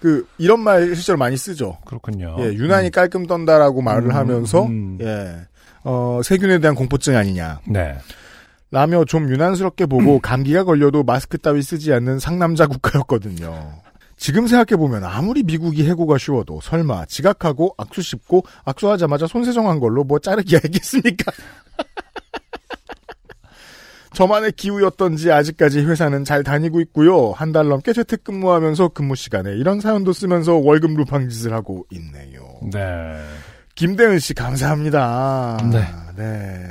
Speaker 1: 그, 이런 말 실제로 많이 쓰죠.
Speaker 2: 그렇군요.
Speaker 1: 예, 유난히 깔끔 떤다라고 말을
Speaker 2: 아, 음,
Speaker 1: 하면서,
Speaker 2: 음.
Speaker 1: 예, 어, 세균에 대한 공포증 아니냐.
Speaker 2: 네.
Speaker 1: 라며 좀 유난스럽게
Speaker 2: 음.
Speaker 1: 보고 감기가 걸려도 마스크 따위 쓰지 않는 상남자 국가였거든요. 지금 생각해보면 아무리 미국이 해고가 쉬워도 설마 지각하고 악수 씹고 악수하자마자 손세정한 걸로 뭐 자르기야 했겠습니까? <laughs> 저만의 기우였던지 아직까지 회사는 잘 다니고 있고요. 한 달 넘게 재택근무하면서 근무 시간에 이런 사연도 쓰면서 월급 루팡짓을 하고 있네요.
Speaker 2: 네.
Speaker 1: 김대은 씨 감사합니다.
Speaker 2: 네.
Speaker 1: 네.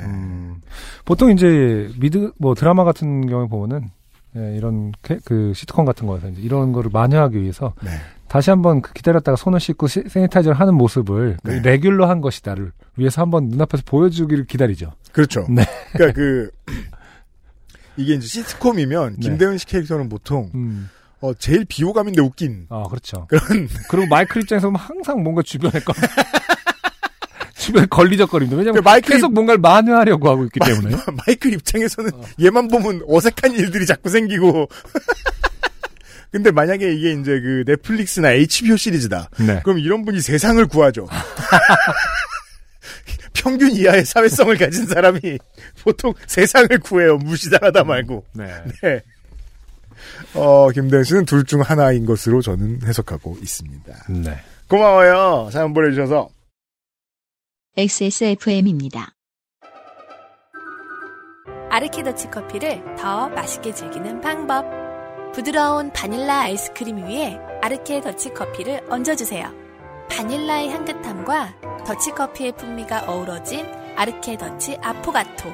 Speaker 2: 음, 보통 이제 미드 뭐 드라마 같은 경우에 보면은 예, 이런 캐- 그 시트콤 같은 거에서 이제 이런 거를 만회하기 위해서
Speaker 1: 네.
Speaker 2: 다시 한번 그 기다렸다가 손을 씻고 시- 세니타이저를 하는 모습을 그
Speaker 1: 네.
Speaker 2: 레귤러 한 것이다를 위해서 한번 눈앞에서 보여주기를 기다리죠.
Speaker 1: 그렇죠.
Speaker 2: 네.
Speaker 1: 그러니까 <clears throat> 그 이게 이제 시트콤이면
Speaker 2: 네.
Speaker 1: 김대은 씨 캐릭터는 보통
Speaker 2: 음,
Speaker 1: 어 제일 비호감인데 웃긴
Speaker 2: 아 그렇죠.
Speaker 1: 그런
Speaker 2: 그리고 마이클 입장에서 보면 항상 뭔가 주변에 걸 <laughs> 주변에 걸리적거립니다. 왜냐면
Speaker 1: 그 마이클이-
Speaker 2: 계속 뭔가를 만회하려고 하고 있기
Speaker 1: <laughs>
Speaker 2: 때문에. 어.
Speaker 1: 마이클 입장에서는 얘만 보면 어색한 일들이 자꾸 생기고 <laughs> 근데 만약에 이게 이제 그 넷플릭스나 HBO 시리즈다.
Speaker 2: 네.
Speaker 1: 그럼 이런 분이 세상을 구하죠. <laughs> 평균 이하의 사회성을 가진 사람이 보통 세상을 구해요. 무시당하다 말고.
Speaker 2: 네.
Speaker 1: 네. 어, 김대현 씨는 둘 중 하나인 것으로 저는 해석하고 있습니다.
Speaker 2: 네.
Speaker 1: 고마워요. 사연 보내주셔서.
Speaker 3: XSFM입니다.
Speaker 9: 아르케더치 커피를 더 맛있게 즐기는 방법. 부드러운 바닐라 아이스크림 위에 아르케더치 커피를 얹어주세요. 바닐라의 향긋함과 더치커피의 풍미가 어우러진 아르케더치 아포가토.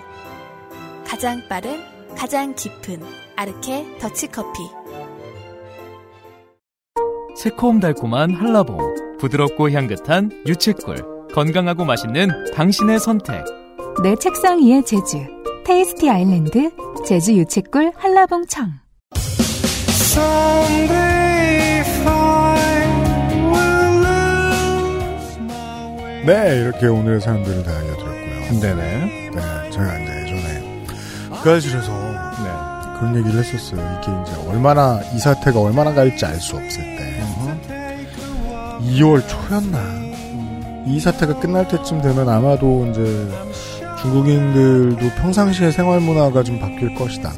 Speaker 9: 가장 빠른, 가장 깊은 아르케 더치커피.
Speaker 8: 새콤달콤한 한라봉, 부드럽고 향긋한 유채꿀, 건강하고 맛있는 당신의 선택.
Speaker 5: 내 책상 위의 제주 테이스티 아일랜드 제주 유채꿀 한라봉청
Speaker 1: 네, 이렇게 오늘의 사연들을 다 알려드렸고요.
Speaker 2: 네네.
Speaker 1: 네, 저희가 이제 예전에 국가실에서
Speaker 2: 네.
Speaker 1: 그런 얘기를 했었어요. 이게 이제 얼마나, 이 사태가 얼마나 갈지 알 수 없을 때. 2월 초였나. 이 사태가 끝날 때쯤 되면 아마도 이제 중국인들도 평상시의 생활 문화가 좀 바뀔 것이다.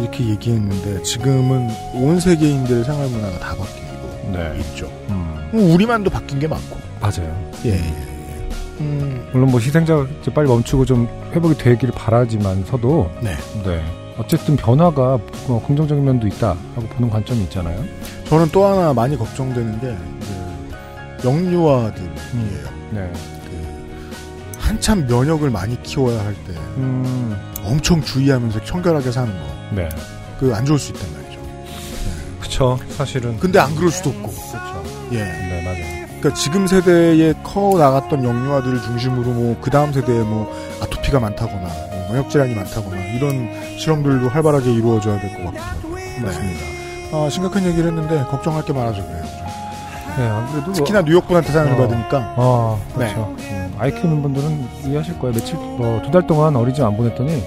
Speaker 1: 이렇게 얘기했는데 지금은 온 세계인들의 생활 문화가 다 바뀌고
Speaker 2: 네.
Speaker 1: 있죠.
Speaker 2: 음,
Speaker 1: 우리만도 바뀐 게 많고.
Speaker 2: 맞아요.
Speaker 1: 예, 예, 예. 음,
Speaker 2: 물론 뭐 희생자 이제 빨리 멈추고 좀 회복이 되기를 바라지만서도
Speaker 1: 네.
Speaker 2: 네. 어쨌든 변화가 어, 긍정적인 면도 있다라고 보는 관점이 있잖아요.
Speaker 1: 저는 또 하나 많이 걱정되는 게, 그 영유아들이에요.
Speaker 2: 네.
Speaker 1: 그 한참 면역을 많이 키워야 할 때
Speaker 2: 음,
Speaker 1: 엄청 주의하면서 청결하게 사는 거.
Speaker 2: 네.
Speaker 1: 그 안 좋을 수 있단 말이죠.
Speaker 2: 그쵸. 사실은.
Speaker 1: 근데 안 그럴 수도 없고.
Speaker 2: 그쵸.
Speaker 1: 예.
Speaker 2: 네, 맞아요.
Speaker 1: 그러니까 지금 세대에 커 나갔던 영유아들을 중심으로 뭐 그 다음 세대에 뭐 아토피가 많다거나 뭐 면역 질환이 많다거나 이런 실험들도 활발하게 이루어져야 될 것 같고.
Speaker 2: 맞습니다.
Speaker 1: 아, 심각한 얘기를 했는데 걱정할 게 많아서 그래요.
Speaker 2: 네, 안 그래도.
Speaker 1: 특히나 네. 뉴욕분한테 사연을
Speaker 2: 어.
Speaker 1: 받으니까
Speaker 2: 아, 그렇죠. 음, 아이 키우는 분들은 이해하실 거예요. 며칠, 뭐, 두 달 동안 어린이집 안 보냈더니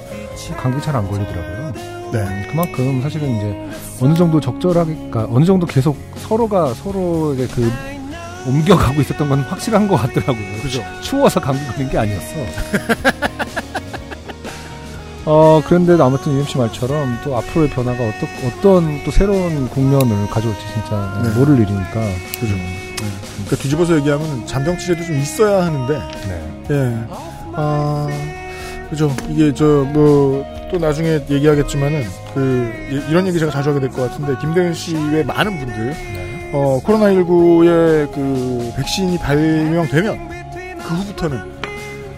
Speaker 2: 감기 잘 안 걸리더라고요.
Speaker 1: 네.
Speaker 2: 음, 그만큼 사실은 이제 어느 정도 적절하게, 그러니까 어느 정도 계속 서로가 서로에게 그 옮겨가고 있었던 건 확실한 것 같더라고요.
Speaker 1: 그죠.
Speaker 2: 추워서 감기 걸린 게 아니었어. <laughs> 어, 그런데도 아무튼 UMC 말처럼 또 앞으로의 변화가 어떠, 어떤 또 새로운 국면을 가져올지 진짜
Speaker 1: 네.
Speaker 2: 모를 일이니까. 음.
Speaker 1: 그죠. 그러니까 뒤집어서 얘기하면 잔병 치레도 좀 있어야 하는데
Speaker 2: 네.
Speaker 1: 예. 아, 그죠. 이게 저, 뭐, 또 나중에 얘기하겠지만은, 그, 이- 이런 얘기 제가 자주 하게 될 것 같은데, 김대현 씨 외 많은 분들, 어, 코로나19의 그, 백신이 발명되면, 그 후부터는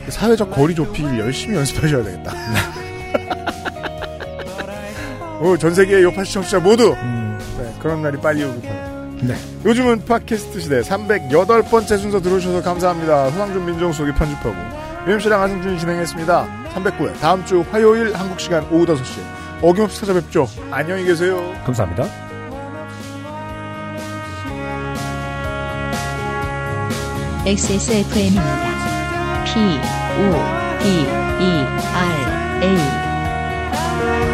Speaker 1: 사회적 거리 좁히기를 열심히 연습하셔야 되겠다. <laughs> 오, 어, 전 세계의 요파 시청자 모두,
Speaker 2: 음,
Speaker 1: 네, 그런 날이 빨리 오길 바랍니다.
Speaker 2: 네.
Speaker 1: 요즘은 팟캐스트 시대 308번째 순서 들어주셔서 감사합니다. 후상준 민정수석이 편집하고 UMC랑 하승준이 진행했습니다. 309회 다음 주 화요일 한국 시간 오후 5시에 어김없이 찾아뵙죠. 안녕히 계세요.
Speaker 2: 감사합니다.
Speaker 3: XSFM입니다. P, O, D, E, R, A.